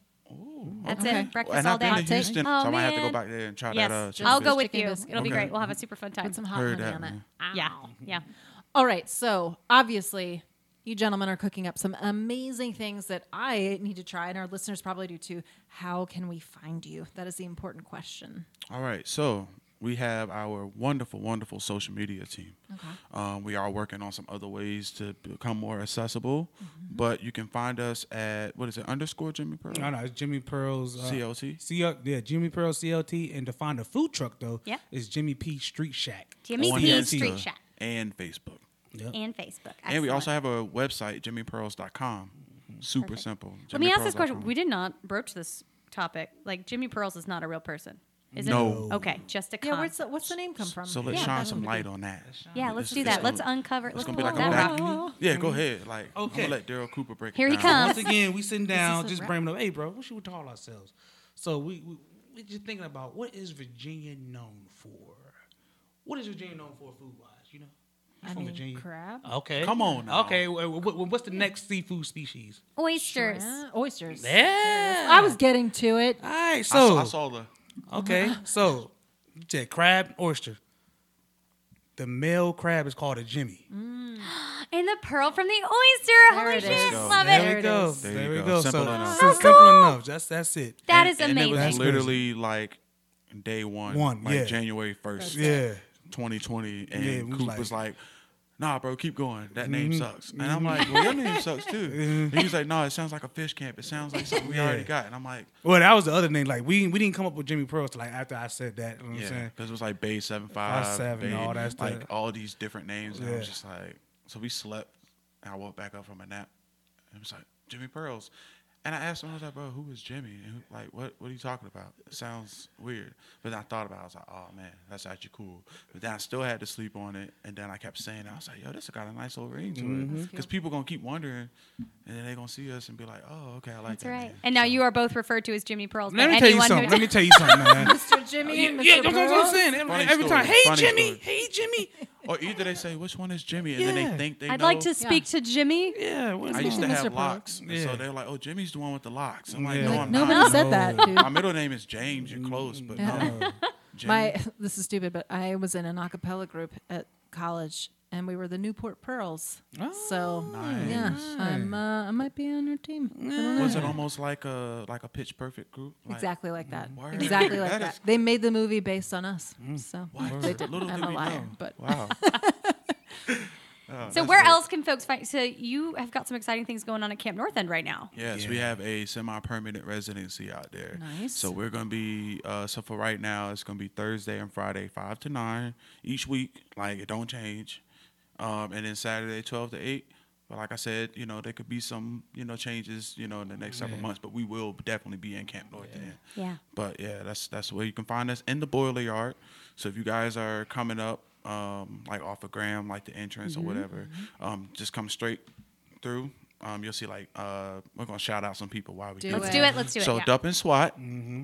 [SPEAKER 4] That's
[SPEAKER 3] okay.
[SPEAKER 4] it. Breakfast
[SPEAKER 2] And
[SPEAKER 4] all
[SPEAKER 2] I've
[SPEAKER 4] day.
[SPEAKER 2] been to
[SPEAKER 3] Hot take.
[SPEAKER 2] Houston, so
[SPEAKER 4] Oh,
[SPEAKER 2] I might have to go
[SPEAKER 4] man.
[SPEAKER 2] back there and try
[SPEAKER 4] Yes,
[SPEAKER 2] that. Uh, chicken
[SPEAKER 4] I'll go
[SPEAKER 2] biscuit.
[SPEAKER 4] with
[SPEAKER 3] chicken
[SPEAKER 4] you.
[SPEAKER 3] biscuit.
[SPEAKER 4] It'll be
[SPEAKER 2] Okay.
[SPEAKER 4] great. We'll have a super fun time.
[SPEAKER 3] Put some hot
[SPEAKER 2] Heard
[SPEAKER 3] honey
[SPEAKER 2] that,
[SPEAKER 3] on it. Ah.
[SPEAKER 2] man.
[SPEAKER 4] yeah, yeah.
[SPEAKER 3] All right, so obviously, you gentlemen are cooking up some amazing things that I need to try, and our listeners probably do too. How can we find you? That is the important question.
[SPEAKER 2] All right, so we have our wonderful, wonderful social media team. Um, we are working on some other ways to become more accessible,
[SPEAKER 4] Mm-hmm.
[SPEAKER 2] but you can find us at what is it underscore Jimmy Pearl?
[SPEAKER 5] No, no, it's Jimmy Pearl's uh,
[SPEAKER 2] CLT?
[SPEAKER 5] CL, yeah, Jimmy Pearl CLT, and to find a food truck though,
[SPEAKER 4] Yeah.
[SPEAKER 5] is Jimmy P Street Shack.
[SPEAKER 4] Jimmy
[SPEAKER 2] on
[SPEAKER 4] P
[SPEAKER 2] Insta
[SPEAKER 4] Street Shack
[SPEAKER 2] and Facebook,
[SPEAKER 4] and Facebook.
[SPEAKER 2] and we
[SPEAKER 4] Excellent.
[SPEAKER 2] also have a website JimmyPearls.com. Super simple.
[SPEAKER 4] Let me ask this question.
[SPEAKER 2] JimmyPearls.com.
[SPEAKER 4] We did not broach this topic. Like Jimmy Pearls is not a real person. Is it?
[SPEAKER 2] No.
[SPEAKER 4] Okay, just a
[SPEAKER 3] Yeah,
[SPEAKER 4] con.
[SPEAKER 3] where's the, what's the name come from?
[SPEAKER 2] So let's
[SPEAKER 4] um, Yeah,
[SPEAKER 2] shine
[SPEAKER 4] that's
[SPEAKER 2] some light on that.
[SPEAKER 4] yeah,
[SPEAKER 2] It's-
[SPEAKER 4] let's do
[SPEAKER 2] it's
[SPEAKER 4] that. Let's
[SPEAKER 2] gonna-
[SPEAKER 4] uncover. Let's
[SPEAKER 2] It's gonna
[SPEAKER 4] pull
[SPEAKER 2] be
[SPEAKER 4] out
[SPEAKER 2] like
[SPEAKER 4] that
[SPEAKER 2] a
[SPEAKER 4] rock.
[SPEAKER 2] rock. Yeah, go ahead. Like
[SPEAKER 5] Okay.
[SPEAKER 2] I'm gonna let Daryl Cooper break. it
[SPEAKER 4] Here he
[SPEAKER 2] down.
[SPEAKER 4] comes.
[SPEAKER 5] Once again, we sitting down,
[SPEAKER 3] a
[SPEAKER 5] just
[SPEAKER 3] wrap.
[SPEAKER 5] bringing up, hey, bro, what should we call ourselves? So we, we we just thinking about what is Virginia known for? What is Virginia known for food wise? You know, I'm from Virginia.
[SPEAKER 3] crab,
[SPEAKER 5] Okay,
[SPEAKER 2] Come on now.
[SPEAKER 5] Okay, wh- wh- wh- what's the next seafood species?
[SPEAKER 4] Oysters.
[SPEAKER 3] shrimp, oysters.
[SPEAKER 5] Yeah.
[SPEAKER 3] I was getting to it.
[SPEAKER 5] All right,
[SPEAKER 2] I saw-
[SPEAKER 5] so
[SPEAKER 2] I saw the.
[SPEAKER 5] okay, so you said crab, oyster. The male crab is called a Jimmy.
[SPEAKER 4] And the pearl from the oyster.
[SPEAKER 3] There
[SPEAKER 4] Holy
[SPEAKER 3] it
[SPEAKER 4] shit.
[SPEAKER 3] is.
[SPEAKER 4] Love
[SPEAKER 5] there
[SPEAKER 4] it.
[SPEAKER 5] we go.
[SPEAKER 2] There
[SPEAKER 5] There,
[SPEAKER 2] you
[SPEAKER 5] we
[SPEAKER 2] go.
[SPEAKER 5] go.
[SPEAKER 2] Simple
[SPEAKER 5] so
[SPEAKER 2] enough.
[SPEAKER 5] so simple enough. That's that's it.
[SPEAKER 4] That
[SPEAKER 2] And-
[SPEAKER 4] is
[SPEAKER 2] and
[SPEAKER 4] amazing.
[SPEAKER 2] it was
[SPEAKER 5] That's
[SPEAKER 2] literally like day one,
[SPEAKER 5] One,
[SPEAKER 2] like
[SPEAKER 5] yeah.
[SPEAKER 2] January first,
[SPEAKER 5] Yeah.
[SPEAKER 2] 2020, and
[SPEAKER 5] Yeah, it was
[SPEAKER 2] Coop
[SPEAKER 5] like- Mm-hmm.
[SPEAKER 2] was like. Nah, bro, keep going. That name sucks. And I'm like, well, your name sucks too. And he was like, no, it sounds like a fish camp. It sounds like something we already
[SPEAKER 5] Yeah.
[SPEAKER 2] got. And I'm like,
[SPEAKER 5] Well, that was the other name. Like we we didn't come up with Jimmy Pearl till like after I said that. You know what I'm
[SPEAKER 2] yeah,
[SPEAKER 5] saying?
[SPEAKER 2] because it was like Bay Seven
[SPEAKER 5] Five Seven,
[SPEAKER 2] Bay,
[SPEAKER 5] all that stuff.
[SPEAKER 2] like all these different names. And I was
[SPEAKER 5] Yeah.
[SPEAKER 2] just like, so we slept, and I woke back up from a nap, and it was like Jimmy Pearls, and I asked him, I was like, bro, who is Jimmy? And who, like, what what are you talking about? It sounds weird. But then I thought about, it. I was like, oh man, that's actually cool. But then I still had to sleep on it, and then I kept saying, it. I was like, yo, this got a nice little ring to
[SPEAKER 4] Mm-hmm.
[SPEAKER 2] it, because people gonna keep wondering, and then they gonna see us and be like, oh, okay, I like
[SPEAKER 4] That's
[SPEAKER 2] that.
[SPEAKER 4] right.
[SPEAKER 2] name.
[SPEAKER 4] And now you are both referred to as Jimmy Pearls.
[SPEAKER 5] Let
[SPEAKER 4] by
[SPEAKER 5] me tell you
[SPEAKER 4] anyone who
[SPEAKER 5] something. Let me
[SPEAKER 4] does-
[SPEAKER 5] tell you something, man.
[SPEAKER 3] Mr. Jimmy and Mr.
[SPEAKER 5] yeah, that's what I'm
[SPEAKER 3] Burrows.
[SPEAKER 5] saying. Every,
[SPEAKER 2] Funny
[SPEAKER 5] every
[SPEAKER 2] story,
[SPEAKER 5] time, hey
[SPEAKER 2] funny
[SPEAKER 5] Jimmy,
[SPEAKER 2] story.
[SPEAKER 5] hey Jimmy.
[SPEAKER 2] Or either they say, which one is Jimmy, and then
[SPEAKER 5] Yeah.
[SPEAKER 2] they think they
[SPEAKER 4] I'd
[SPEAKER 2] know.
[SPEAKER 4] like to speak to Jimmy.
[SPEAKER 5] Yeah, what's
[SPEAKER 2] I used to
[SPEAKER 5] wrong?
[SPEAKER 2] have locks, and so
[SPEAKER 5] Yeah.
[SPEAKER 2] they're like, "Oh, Jimmy's the one with the locks." I'm like,
[SPEAKER 5] Yeah.
[SPEAKER 2] "No,
[SPEAKER 5] Like,
[SPEAKER 2] I'm
[SPEAKER 3] Nobody
[SPEAKER 2] not.
[SPEAKER 3] said that, dude.
[SPEAKER 2] My middle name is James. You're close, but no, Jimmy.
[SPEAKER 3] My this is stupid, but I was in an a cappella group at college, and we were the Newport Pearls.
[SPEAKER 2] Oh,
[SPEAKER 3] so yeah, I'm uh, I might be on your team. I don't know.
[SPEAKER 2] was it almost like a like a Pitch Perfect group? Like,
[SPEAKER 3] exactly like that.
[SPEAKER 2] Word.
[SPEAKER 3] Exactly like
[SPEAKER 2] That
[SPEAKER 3] that.
[SPEAKER 2] is- Mm.
[SPEAKER 3] They made the movie based on us. So
[SPEAKER 2] What?
[SPEAKER 3] they did.
[SPEAKER 2] Little
[SPEAKER 3] I'm
[SPEAKER 2] did
[SPEAKER 3] a
[SPEAKER 2] we
[SPEAKER 3] liar,
[SPEAKER 2] know.
[SPEAKER 3] but
[SPEAKER 2] Wow.
[SPEAKER 4] So where else can folks find? So you have got some exciting things going on at Camp North End right now.
[SPEAKER 2] Yes, we have a semi-permanent residency out there.
[SPEAKER 3] Nice.
[SPEAKER 2] So we're gonna be uh, so for right now it's gonna be Thursday and Friday five to nine each week. Like it don't change, um, and then Saturday twelve to eight. But like I said, you know there could be some you know changes you know in the next several months. But we will definitely be in Camp North End.
[SPEAKER 4] Yeah.
[SPEAKER 2] But yeah, that's that's where you can find us in the boiler yard. So if you guys are coming up, um, like off of Graham, like the entrance
[SPEAKER 4] Mm-hmm,
[SPEAKER 2] or whatever, um, just come straight through. Um, you'll see like uh, we're gonna shout out some people while we do,
[SPEAKER 4] Let's do it. Let's do it.
[SPEAKER 2] So
[SPEAKER 4] yeah.
[SPEAKER 2] Dup and SWAT,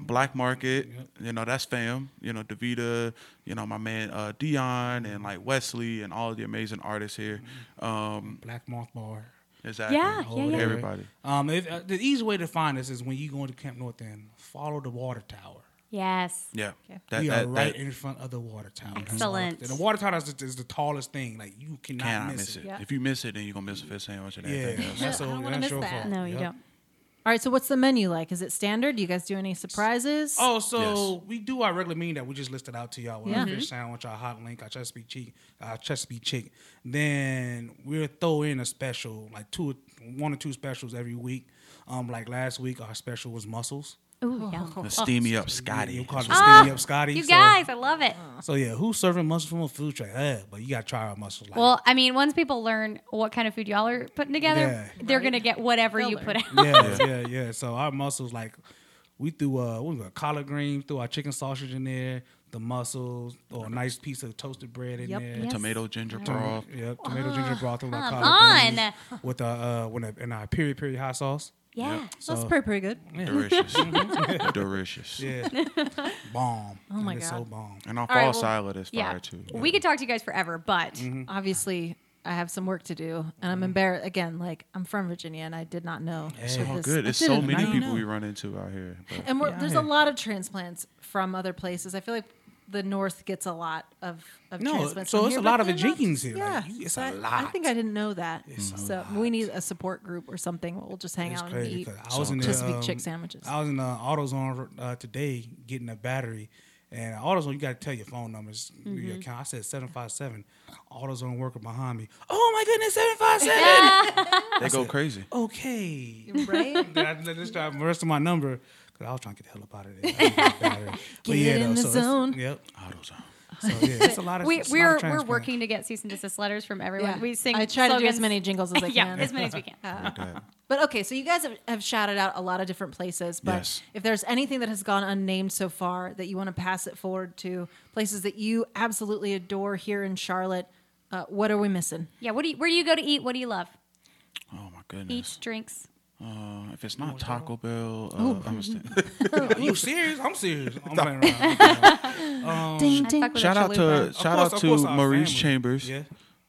[SPEAKER 2] Black Market, you know that's fam. You know Davita, you know my man uh, Dion
[SPEAKER 5] Mm-hmm.
[SPEAKER 2] and like Wesley and all the amazing artists here. Um,
[SPEAKER 5] Black Moth Bar.
[SPEAKER 2] exactly.
[SPEAKER 4] Yeah, yeah, yeah.
[SPEAKER 2] Everybody.
[SPEAKER 5] Um, if, uh, the easy way to find us is when you go into Camp North End, follow the water tower.
[SPEAKER 4] Yes.
[SPEAKER 2] Yeah. That,
[SPEAKER 5] we
[SPEAKER 2] that-
[SPEAKER 5] are right
[SPEAKER 2] that-
[SPEAKER 5] in front of the water tower. That's all.
[SPEAKER 4] Excellent.
[SPEAKER 5] And the water tower is, is the tallest thing. Like you cannot
[SPEAKER 2] cannot
[SPEAKER 5] miss, it.
[SPEAKER 2] If you miss it, then you're gonna miss a fish sandwich and
[SPEAKER 5] Yeah,
[SPEAKER 2] everything else.
[SPEAKER 5] that's, all-
[SPEAKER 3] wanna
[SPEAKER 5] that's
[SPEAKER 3] miss
[SPEAKER 5] your
[SPEAKER 3] that.
[SPEAKER 5] fault.
[SPEAKER 4] No, you
[SPEAKER 5] Yep.
[SPEAKER 4] don't.
[SPEAKER 3] all right. So what's the menu like? Is it standard? Do you guys do any surprises?
[SPEAKER 5] Oh, so
[SPEAKER 2] Yes.
[SPEAKER 5] we do our regular meeting that we just listed out to y'all with our
[SPEAKER 4] Mm-hmm.
[SPEAKER 3] Yeah.
[SPEAKER 5] fish sandwich, our hot link, our Chesapeake chick, our Chesapeake chick. Then we'll throw in a special, like two, or- one or two specials every week. Um, like last week, our special was mussels.
[SPEAKER 4] Ooh, yeah.
[SPEAKER 2] The steamy up Scotty.
[SPEAKER 5] You call it
[SPEAKER 4] Ah,
[SPEAKER 5] steamy up Scotty.
[SPEAKER 4] You
[SPEAKER 5] so-
[SPEAKER 4] guys, I love it.
[SPEAKER 5] So yeah, who's serving mussels from a food truck? Eh, but you gotta try our mussels. Like,
[SPEAKER 4] Well, I mean, once people learn what kind of food y'all are putting together,
[SPEAKER 5] Yeah.
[SPEAKER 4] they're gonna get whatever you put out.
[SPEAKER 5] yeah, yeah, yeah. So our mussels, like, we threw uh, what was it, collard greens, threw our chicken sausage in there, the mussels, or a nice piece of toasted bread in
[SPEAKER 3] Yep.
[SPEAKER 5] there.
[SPEAKER 4] Yes.
[SPEAKER 2] Tomato ginger broth.
[SPEAKER 5] Yep, tomato ginger broth with
[SPEAKER 3] Ah,
[SPEAKER 5] our
[SPEAKER 4] come
[SPEAKER 5] collard
[SPEAKER 4] on.
[SPEAKER 5] greens with our uh, with a, and our peri peri hot sauce.
[SPEAKER 4] Yeah.
[SPEAKER 3] that's pretty pretty good.
[SPEAKER 2] Delicious. Delicious.
[SPEAKER 5] Yeah, bomb. Oh
[SPEAKER 3] my
[SPEAKER 5] it's
[SPEAKER 3] God.
[SPEAKER 5] So bomb.
[SPEAKER 2] And our
[SPEAKER 4] right,
[SPEAKER 2] fall
[SPEAKER 4] well,
[SPEAKER 2] salad is fire
[SPEAKER 4] Yeah.
[SPEAKER 2] too.
[SPEAKER 3] Mm-hmm.
[SPEAKER 2] Mm.
[SPEAKER 4] We could talk to you guys forever, but
[SPEAKER 3] Obviously, I have some work to do, and I'm embarrassed again. Like I'm from Virginia, and I did not know.
[SPEAKER 2] It's
[SPEAKER 3] that
[SPEAKER 2] all
[SPEAKER 3] this-
[SPEAKER 2] good.
[SPEAKER 3] I
[SPEAKER 2] It's so
[SPEAKER 3] didn't
[SPEAKER 2] many
[SPEAKER 3] know.
[SPEAKER 2] people we run into out here. but-
[SPEAKER 3] And we're, there's a lot of transplants from other places. I feel like the North gets a lot of, of
[SPEAKER 5] No,
[SPEAKER 3] transplants.
[SPEAKER 5] so
[SPEAKER 3] from
[SPEAKER 5] it's
[SPEAKER 3] here,
[SPEAKER 5] a
[SPEAKER 3] but
[SPEAKER 5] lot of
[SPEAKER 3] they're not-
[SPEAKER 5] Virginians here.
[SPEAKER 3] Yeah,
[SPEAKER 5] Like, you- it's a
[SPEAKER 3] I- I think
[SPEAKER 5] lot.
[SPEAKER 3] I didn't know that. so we need a support group or something. Where we'll just hang
[SPEAKER 5] It's
[SPEAKER 3] out and
[SPEAKER 5] crazy
[SPEAKER 3] eat
[SPEAKER 5] 'cause I was in the,
[SPEAKER 3] Chesapeake
[SPEAKER 5] um,
[SPEAKER 3] chick sandwiches.
[SPEAKER 5] I was in the AutoZone uh, today getting a battery, and AutoZone you got to tell your phone numbers,
[SPEAKER 3] Mm-hmm.
[SPEAKER 5] your account. I said seven five seven. AutoZone worker behind me. Oh my goodness, seven five seven.
[SPEAKER 2] They go crazy.
[SPEAKER 5] Okay.
[SPEAKER 3] right?
[SPEAKER 5] Then I just tried the rest of my number because I was trying to get the hell up out of there. I didn't get the battery. But yeah,
[SPEAKER 3] in the
[SPEAKER 5] though, so it's-
[SPEAKER 3] zone.
[SPEAKER 5] Yep.
[SPEAKER 2] AutoZone.
[SPEAKER 5] So yeah, it's a lot of.
[SPEAKER 4] We,
[SPEAKER 5] it's a lot
[SPEAKER 4] we're
[SPEAKER 5] of
[SPEAKER 4] we're
[SPEAKER 5] transplant.
[SPEAKER 4] working to get cease and desist letters from everyone.
[SPEAKER 3] Yeah.
[SPEAKER 4] We sing.
[SPEAKER 3] I try to do as
[SPEAKER 4] slogans.
[SPEAKER 3] many jingles as I
[SPEAKER 4] yeah,
[SPEAKER 3] can.
[SPEAKER 4] as many as we can.
[SPEAKER 2] Like that.
[SPEAKER 3] But okay, so you guys have, have shouted out a lot of different places. But
[SPEAKER 2] Yes.
[SPEAKER 3] if there's anything that has gone unnamed so far that you want to pass it forward to places that you absolutely adore here in Charlotte, uh, what are we missing?
[SPEAKER 4] yeah. What do you, where do you go to eat? What do you love?
[SPEAKER 2] Oh my goodness.
[SPEAKER 4] Eats, drinks.
[SPEAKER 2] Uh, if it's not Taco Bell, uh,
[SPEAKER 9] Mm-hmm.
[SPEAKER 2] I'm just-
[SPEAKER 5] Are you serious? I'm serious. I'm playing around. I'm playing around.
[SPEAKER 3] ding, ding.
[SPEAKER 2] shout out to
[SPEAKER 5] Of
[SPEAKER 2] shout
[SPEAKER 5] course-
[SPEAKER 2] out
[SPEAKER 5] of
[SPEAKER 2] to
[SPEAKER 5] course our
[SPEAKER 2] Maurice
[SPEAKER 5] family.
[SPEAKER 2] Chambers,
[SPEAKER 5] Yeah.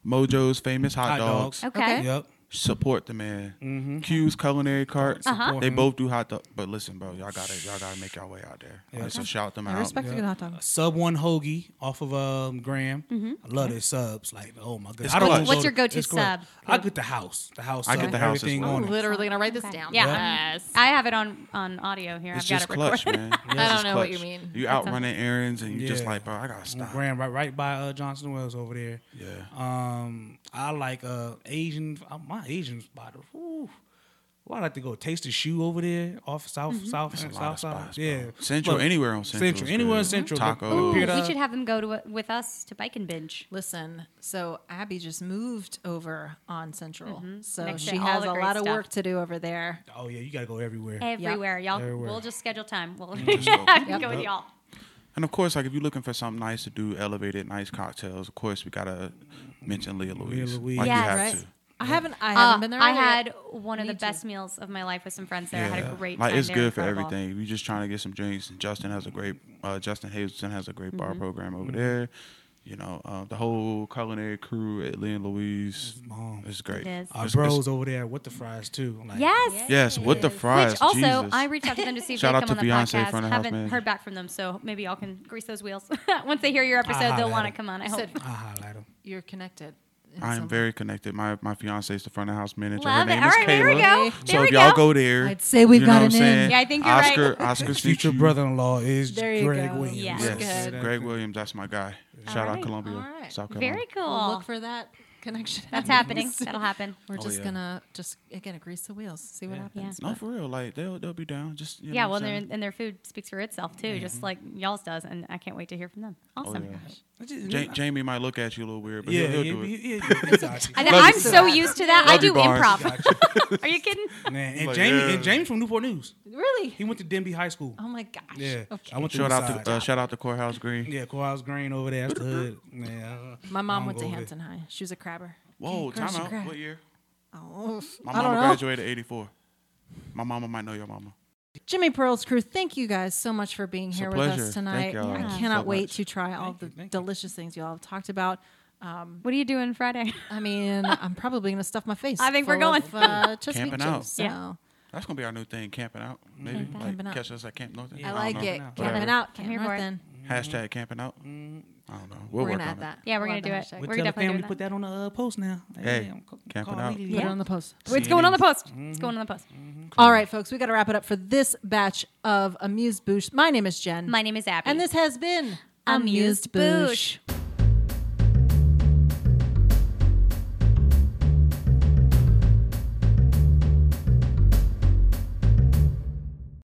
[SPEAKER 2] Mojo's famous hot,
[SPEAKER 5] Hot
[SPEAKER 2] dogs.
[SPEAKER 5] dogs. Mm-hmm.
[SPEAKER 4] Okay.
[SPEAKER 5] Yep.
[SPEAKER 2] Support the man. Q's Culinary Cart.
[SPEAKER 9] Uh-huh.
[SPEAKER 2] They both do hot dog. But listen, bro, y'all gotta y'all gotta make y'all way out there. Alright, So shout them
[SPEAKER 3] I
[SPEAKER 2] out.
[SPEAKER 3] respect a good hot dog.
[SPEAKER 5] Sub one hoagie off of um, Graham. I love their subs. Like, oh my goodness.
[SPEAKER 2] It's
[SPEAKER 5] I don't
[SPEAKER 2] clutch. What's
[SPEAKER 5] even go
[SPEAKER 4] Mm-hmm. your go-to
[SPEAKER 5] it's clutch.
[SPEAKER 4] sub?
[SPEAKER 5] I get the house. The house.
[SPEAKER 2] I
[SPEAKER 5] sub,
[SPEAKER 2] get the house as
[SPEAKER 5] Everything
[SPEAKER 2] well.
[SPEAKER 5] on it.
[SPEAKER 9] Literally gonna write this down.
[SPEAKER 4] Yeah.
[SPEAKER 9] Yes.
[SPEAKER 4] I have it on on audio here.
[SPEAKER 2] It's
[SPEAKER 4] I've got
[SPEAKER 2] just
[SPEAKER 4] it
[SPEAKER 2] clutch,
[SPEAKER 4] recorded.
[SPEAKER 2] man. It's
[SPEAKER 9] I
[SPEAKER 2] just
[SPEAKER 9] don't know what
[SPEAKER 2] clutch.
[SPEAKER 9] you mean.
[SPEAKER 2] You out running errands and you just
[SPEAKER 5] Yeah.
[SPEAKER 2] like, bro, I gotta stop.
[SPEAKER 5] Graham, right, right by uh, Johnson Wells over there.
[SPEAKER 2] Yeah.
[SPEAKER 5] Um, I like uh Asian. Uh, my Asian spot. Ooh. Well, I like to go taste the shoe over there off South
[SPEAKER 3] Mm-hmm.
[SPEAKER 5] South
[SPEAKER 2] That's a
[SPEAKER 5] South
[SPEAKER 2] lot of
[SPEAKER 5] Side.
[SPEAKER 2] spots, bro.
[SPEAKER 5] Yeah.
[SPEAKER 2] Central,
[SPEAKER 5] But
[SPEAKER 2] anywhere on Central is
[SPEAKER 5] anywhere on
[SPEAKER 2] good.
[SPEAKER 5] Central.
[SPEAKER 2] Taco.
[SPEAKER 5] The, the
[SPEAKER 2] Ooh,
[SPEAKER 5] Pier-
[SPEAKER 4] We should have them go to a, with us to Bike and Binge.
[SPEAKER 3] Listen, so Abby just moved over on Central. So
[SPEAKER 4] Mm-hmm. Next to
[SPEAKER 3] she
[SPEAKER 4] all
[SPEAKER 3] has
[SPEAKER 4] the
[SPEAKER 3] a
[SPEAKER 4] great
[SPEAKER 3] lot of
[SPEAKER 4] stuff.
[SPEAKER 3] work to do over there.
[SPEAKER 5] oh yeah, you gotta go everywhere.
[SPEAKER 4] Everywhere, y'all.
[SPEAKER 5] Everywhere.
[SPEAKER 4] We'll just schedule time. We'll I can go with y'all.
[SPEAKER 2] And of course, like if you're looking for something nice to do, elevated, nice cocktails. Of course, we gotta mention Leah Louise.
[SPEAKER 5] Louise.
[SPEAKER 2] Like you
[SPEAKER 4] Yes.
[SPEAKER 2] have
[SPEAKER 4] Right.
[SPEAKER 2] to.
[SPEAKER 3] I haven't I
[SPEAKER 4] Uh,
[SPEAKER 3] haven't been there.
[SPEAKER 4] I
[SPEAKER 3] either.
[SPEAKER 4] had one of the best meals of my life with some friends there. I had a great
[SPEAKER 2] like
[SPEAKER 4] time.
[SPEAKER 2] it's
[SPEAKER 4] They're
[SPEAKER 2] good for
[SPEAKER 4] incredible.
[SPEAKER 2] everything. You're just trying to get some drinks. And Justin has a great uh, Justin Hazelton has a great bar
[SPEAKER 4] Mm-hmm.
[SPEAKER 2] program over
[SPEAKER 3] Mm-hmm.
[SPEAKER 2] there. You know, uh, the whole culinary crew at Lee and Louise is great.
[SPEAKER 4] It is.
[SPEAKER 5] Our
[SPEAKER 2] It's-
[SPEAKER 5] bros
[SPEAKER 2] it's-
[SPEAKER 5] over there with the fries too. Like,
[SPEAKER 4] Yes.
[SPEAKER 2] Yes, with the fries.
[SPEAKER 4] Which also,
[SPEAKER 2] Jesus.
[SPEAKER 4] I reached out to them to see if
[SPEAKER 2] Shout
[SPEAKER 4] they
[SPEAKER 2] out
[SPEAKER 4] come
[SPEAKER 2] to
[SPEAKER 4] on the
[SPEAKER 2] Beyonce,
[SPEAKER 4] podcast.
[SPEAKER 2] front of house
[SPEAKER 4] Haven't
[SPEAKER 2] manager.
[SPEAKER 4] heard back from them, so maybe y'all can grease those wheels. Once they hear your episode,
[SPEAKER 5] holla
[SPEAKER 4] they'll
[SPEAKER 5] at
[SPEAKER 4] want to
[SPEAKER 5] 'em.
[SPEAKER 4] come on. I hope.
[SPEAKER 5] I highlight them.
[SPEAKER 3] You're connected. in
[SPEAKER 2] I
[SPEAKER 3] some-
[SPEAKER 2] am very connected. My my fiance is the front of house manager. Her
[SPEAKER 4] Love it.
[SPEAKER 2] name
[SPEAKER 4] All
[SPEAKER 2] is
[SPEAKER 4] right, there we
[SPEAKER 2] Kayla.
[SPEAKER 4] go. There
[SPEAKER 2] so
[SPEAKER 4] we
[SPEAKER 2] if y'all
[SPEAKER 4] go.
[SPEAKER 2] go there,
[SPEAKER 3] I'd say we've
[SPEAKER 2] you know
[SPEAKER 3] got
[SPEAKER 2] what I'm
[SPEAKER 3] an in.
[SPEAKER 2] saying?
[SPEAKER 4] Yeah, I think you're right.
[SPEAKER 2] Oscar, Oscar's
[SPEAKER 5] Future brother-in-law is
[SPEAKER 3] There you
[SPEAKER 5] Greg
[SPEAKER 3] go.
[SPEAKER 5] Williams.
[SPEAKER 4] Yeah.
[SPEAKER 2] Yes,
[SPEAKER 3] Good.
[SPEAKER 2] Greg Williams. That's my guy. Shout out
[SPEAKER 4] right,
[SPEAKER 2] Columbia,
[SPEAKER 3] all right.
[SPEAKER 2] South Carolina.
[SPEAKER 4] Very cool.
[SPEAKER 3] We'll look for that connection.
[SPEAKER 4] That's happening. That'll happen.
[SPEAKER 3] We're just
[SPEAKER 2] yeah.
[SPEAKER 3] gonna just again grease the wheels, see what happens.
[SPEAKER 2] No, for real. Like they'll they'll be down. Just you know
[SPEAKER 4] Yeah,
[SPEAKER 2] what
[SPEAKER 4] well,
[SPEAKER 2] I'm
[SPEAKER 4] their,
[SPEAKER 2] saying?
[SPEAKER 4] and their food speaks for itself too, just like y'all's does, and I can't wait to hear from them. Awesome.
[SPEAKER 2] Oh, yeah.
[SPEAKER 5] I just-
[SPEAKER 2] Ja- Jamie might look at you a little weird, but
[SPEAKER 5] yeah,
[SPEAKER 2] he'll,
[SPEAKER 5] yeah,
[SPEAKER 2] he'll do it.
[SPEAKER 5] yeah, yeah, yeah, got you.
[SPEAKER 4] I, I'm so used to that. I
[SPEAKER 2] Love you,
[SPEAKER 4] do
[SPEAKER 2] Barnes.
[SPEAKER 4] improv. Are you kidding?
[SPEAKER 5] Man, and
[SPEAKER 2] Like,
[SPEAKER 5] Jamie,
[SPEAKER 2] yeah.
[SPEAKER 5] and Jamie from Newport News.
[SPEAKER 3] Really?
[SPEAKER 5] He went to Denby High School.
[SPEAKER 3] Oh my gosh.
[SPEAKER 5] yeah,
[SPEAKER 3] Okay.
[SPEAKER 5] I went to
[SPEAKER 2] Shout
[SPEAKER 5] the
[SPEAKER 2] out
[SPEAKER 5] side.
[SPEAKER 2] to uh, shout out to Courthouse Green.
[SPEAKER 5] yeah, Kawhi's Green over there. That's the hood. Man, I-
[SPEAKER 3] My
[SPEAKER 5] I
[SPEAKER 3] mom
[SPEAKER 5] don't
[SPEAKER 3] went to
[SPEAKER 5] go over
[SPEAKER 3] Hampton High. She was a crabber.
[SPEAKER 2] Whoa,
[SPEAKER 3] Girl,
[SPEAKER 2] time
[SPEAKER 3] she
[SPEAKER 2] out.
[SPEAKER 3] cried.
[SPEAKER 2] What year?
[SPEAKER 3] Oh,
[SPEAKER 2] My
[SPEAKER 3] I don't
[SPEAKER 2] mama
[SPEAKER 3] know.
[SPEAKER 2] graduated '84. My mama might know your mama.
[SPEAKER 3] Jimmy Pearl's crew, thank you guys so much for being
[SPEAKER 2] It's a
[SPEAKER 3] here with
[SPEAKER 2] pleasure.
[SPEAKER 3] us
[SPEAKER 2] Thank
[SPEAKER 3] tonight.
[SPEAKER 2] y'all
[SPEAKER 3] I
[SPEAKER 2] so
[SPEAKER 3] cannot wait
[SPEAKER 2] much.
[SPEAKER 3] to try all
[SPEAKER 5] Thank you,
[SPEAKER 3] the
[SPEAKER 5] thank you.
[SPEAKER 3] delicious things y'all have talked about. Um,
[SPEAKER 4] What are you doing Friday?
[SPEAKER 3] I mean, I'm probably gonna stuff my face.
[SPEAKER 4] I think we're
[SPEAKER 3] full of,
[SPEAKER 4] going.
[SPEAKER 3] uh, Chesapeake
[SPEAKER 2] Camping out.
[SPEAKER 3] chips, So.
[SPEAKER 4] Yeah.
[SPEAKER 2] That's gonna be our new thing, camping out. Maybe like
[SPEAKER 3] Mm-hmm. Camping out.
[SPEAKER 2] catch us at Camp Northern.
[SPEAKER 3] I
[SPEAKER 2] don't
[SPEAKER 3] like
[SPEAKER 2] know.
[SPEAKER 3] it.
[SPEAKER 5] out.
[SPEAKER 3] Camping
[SPEAKER 2] Whatever.
[SPEAKER 3] out,
[SPEAKER 4] I'm here
[SPEAKER 3] camping
[SPEAKER 4] for it.
[SPEAKER 3] then.
[SPEAKER 2] Hashtag camping out. I don't know. We'll work
[SPEAKER 3] We're gonna
[SPEAKER 2] on
[SPEAKER 3] add
[SPEAKER 2] it.
[SPEAKER 3] that.
[SPEAKER 4] Yeah,
[SPEAKER 3] Love
[SPEAKER 4] we're gonna do
[SPEAKER 3] the
[SPEAKER 4] it.
[SPEAKER 3] hashtag.
[SPEAKER 5] there.
[SPEAKER 4] We're
[SPEAKER 5] Tell the
[SPEAKER 4] definitely
[SPEAKER 5] family
[SPEAKER 4] doing
[SPEAKER 5] put
[SPEAKER 4] that.
[SPEAKER 5] that on the uh, post now.
[SPEAKER 2] Hey,
[SPEAKER 5] I'm ca-
[SPEAKER 2] camping
[SPEAKER 5] call
[SPEAKER 2] out.
[SPEAKER 5] Lily.
[SPEAKER 3] Put it
[SPEAKER 4] Yeah.
[SPEAKER 3] on the post.
[SPEAKER 4] It's going on the post. It's going on the post.
[SPEAKER 3] All right, folks, we got to wrap it up for this batch of Amused Boosh. My name is Jen.
[SPEAKER 4] My name is Abby.
[SPEAKER 3] and this has been
[SPEAKER 4] Amused Boosh.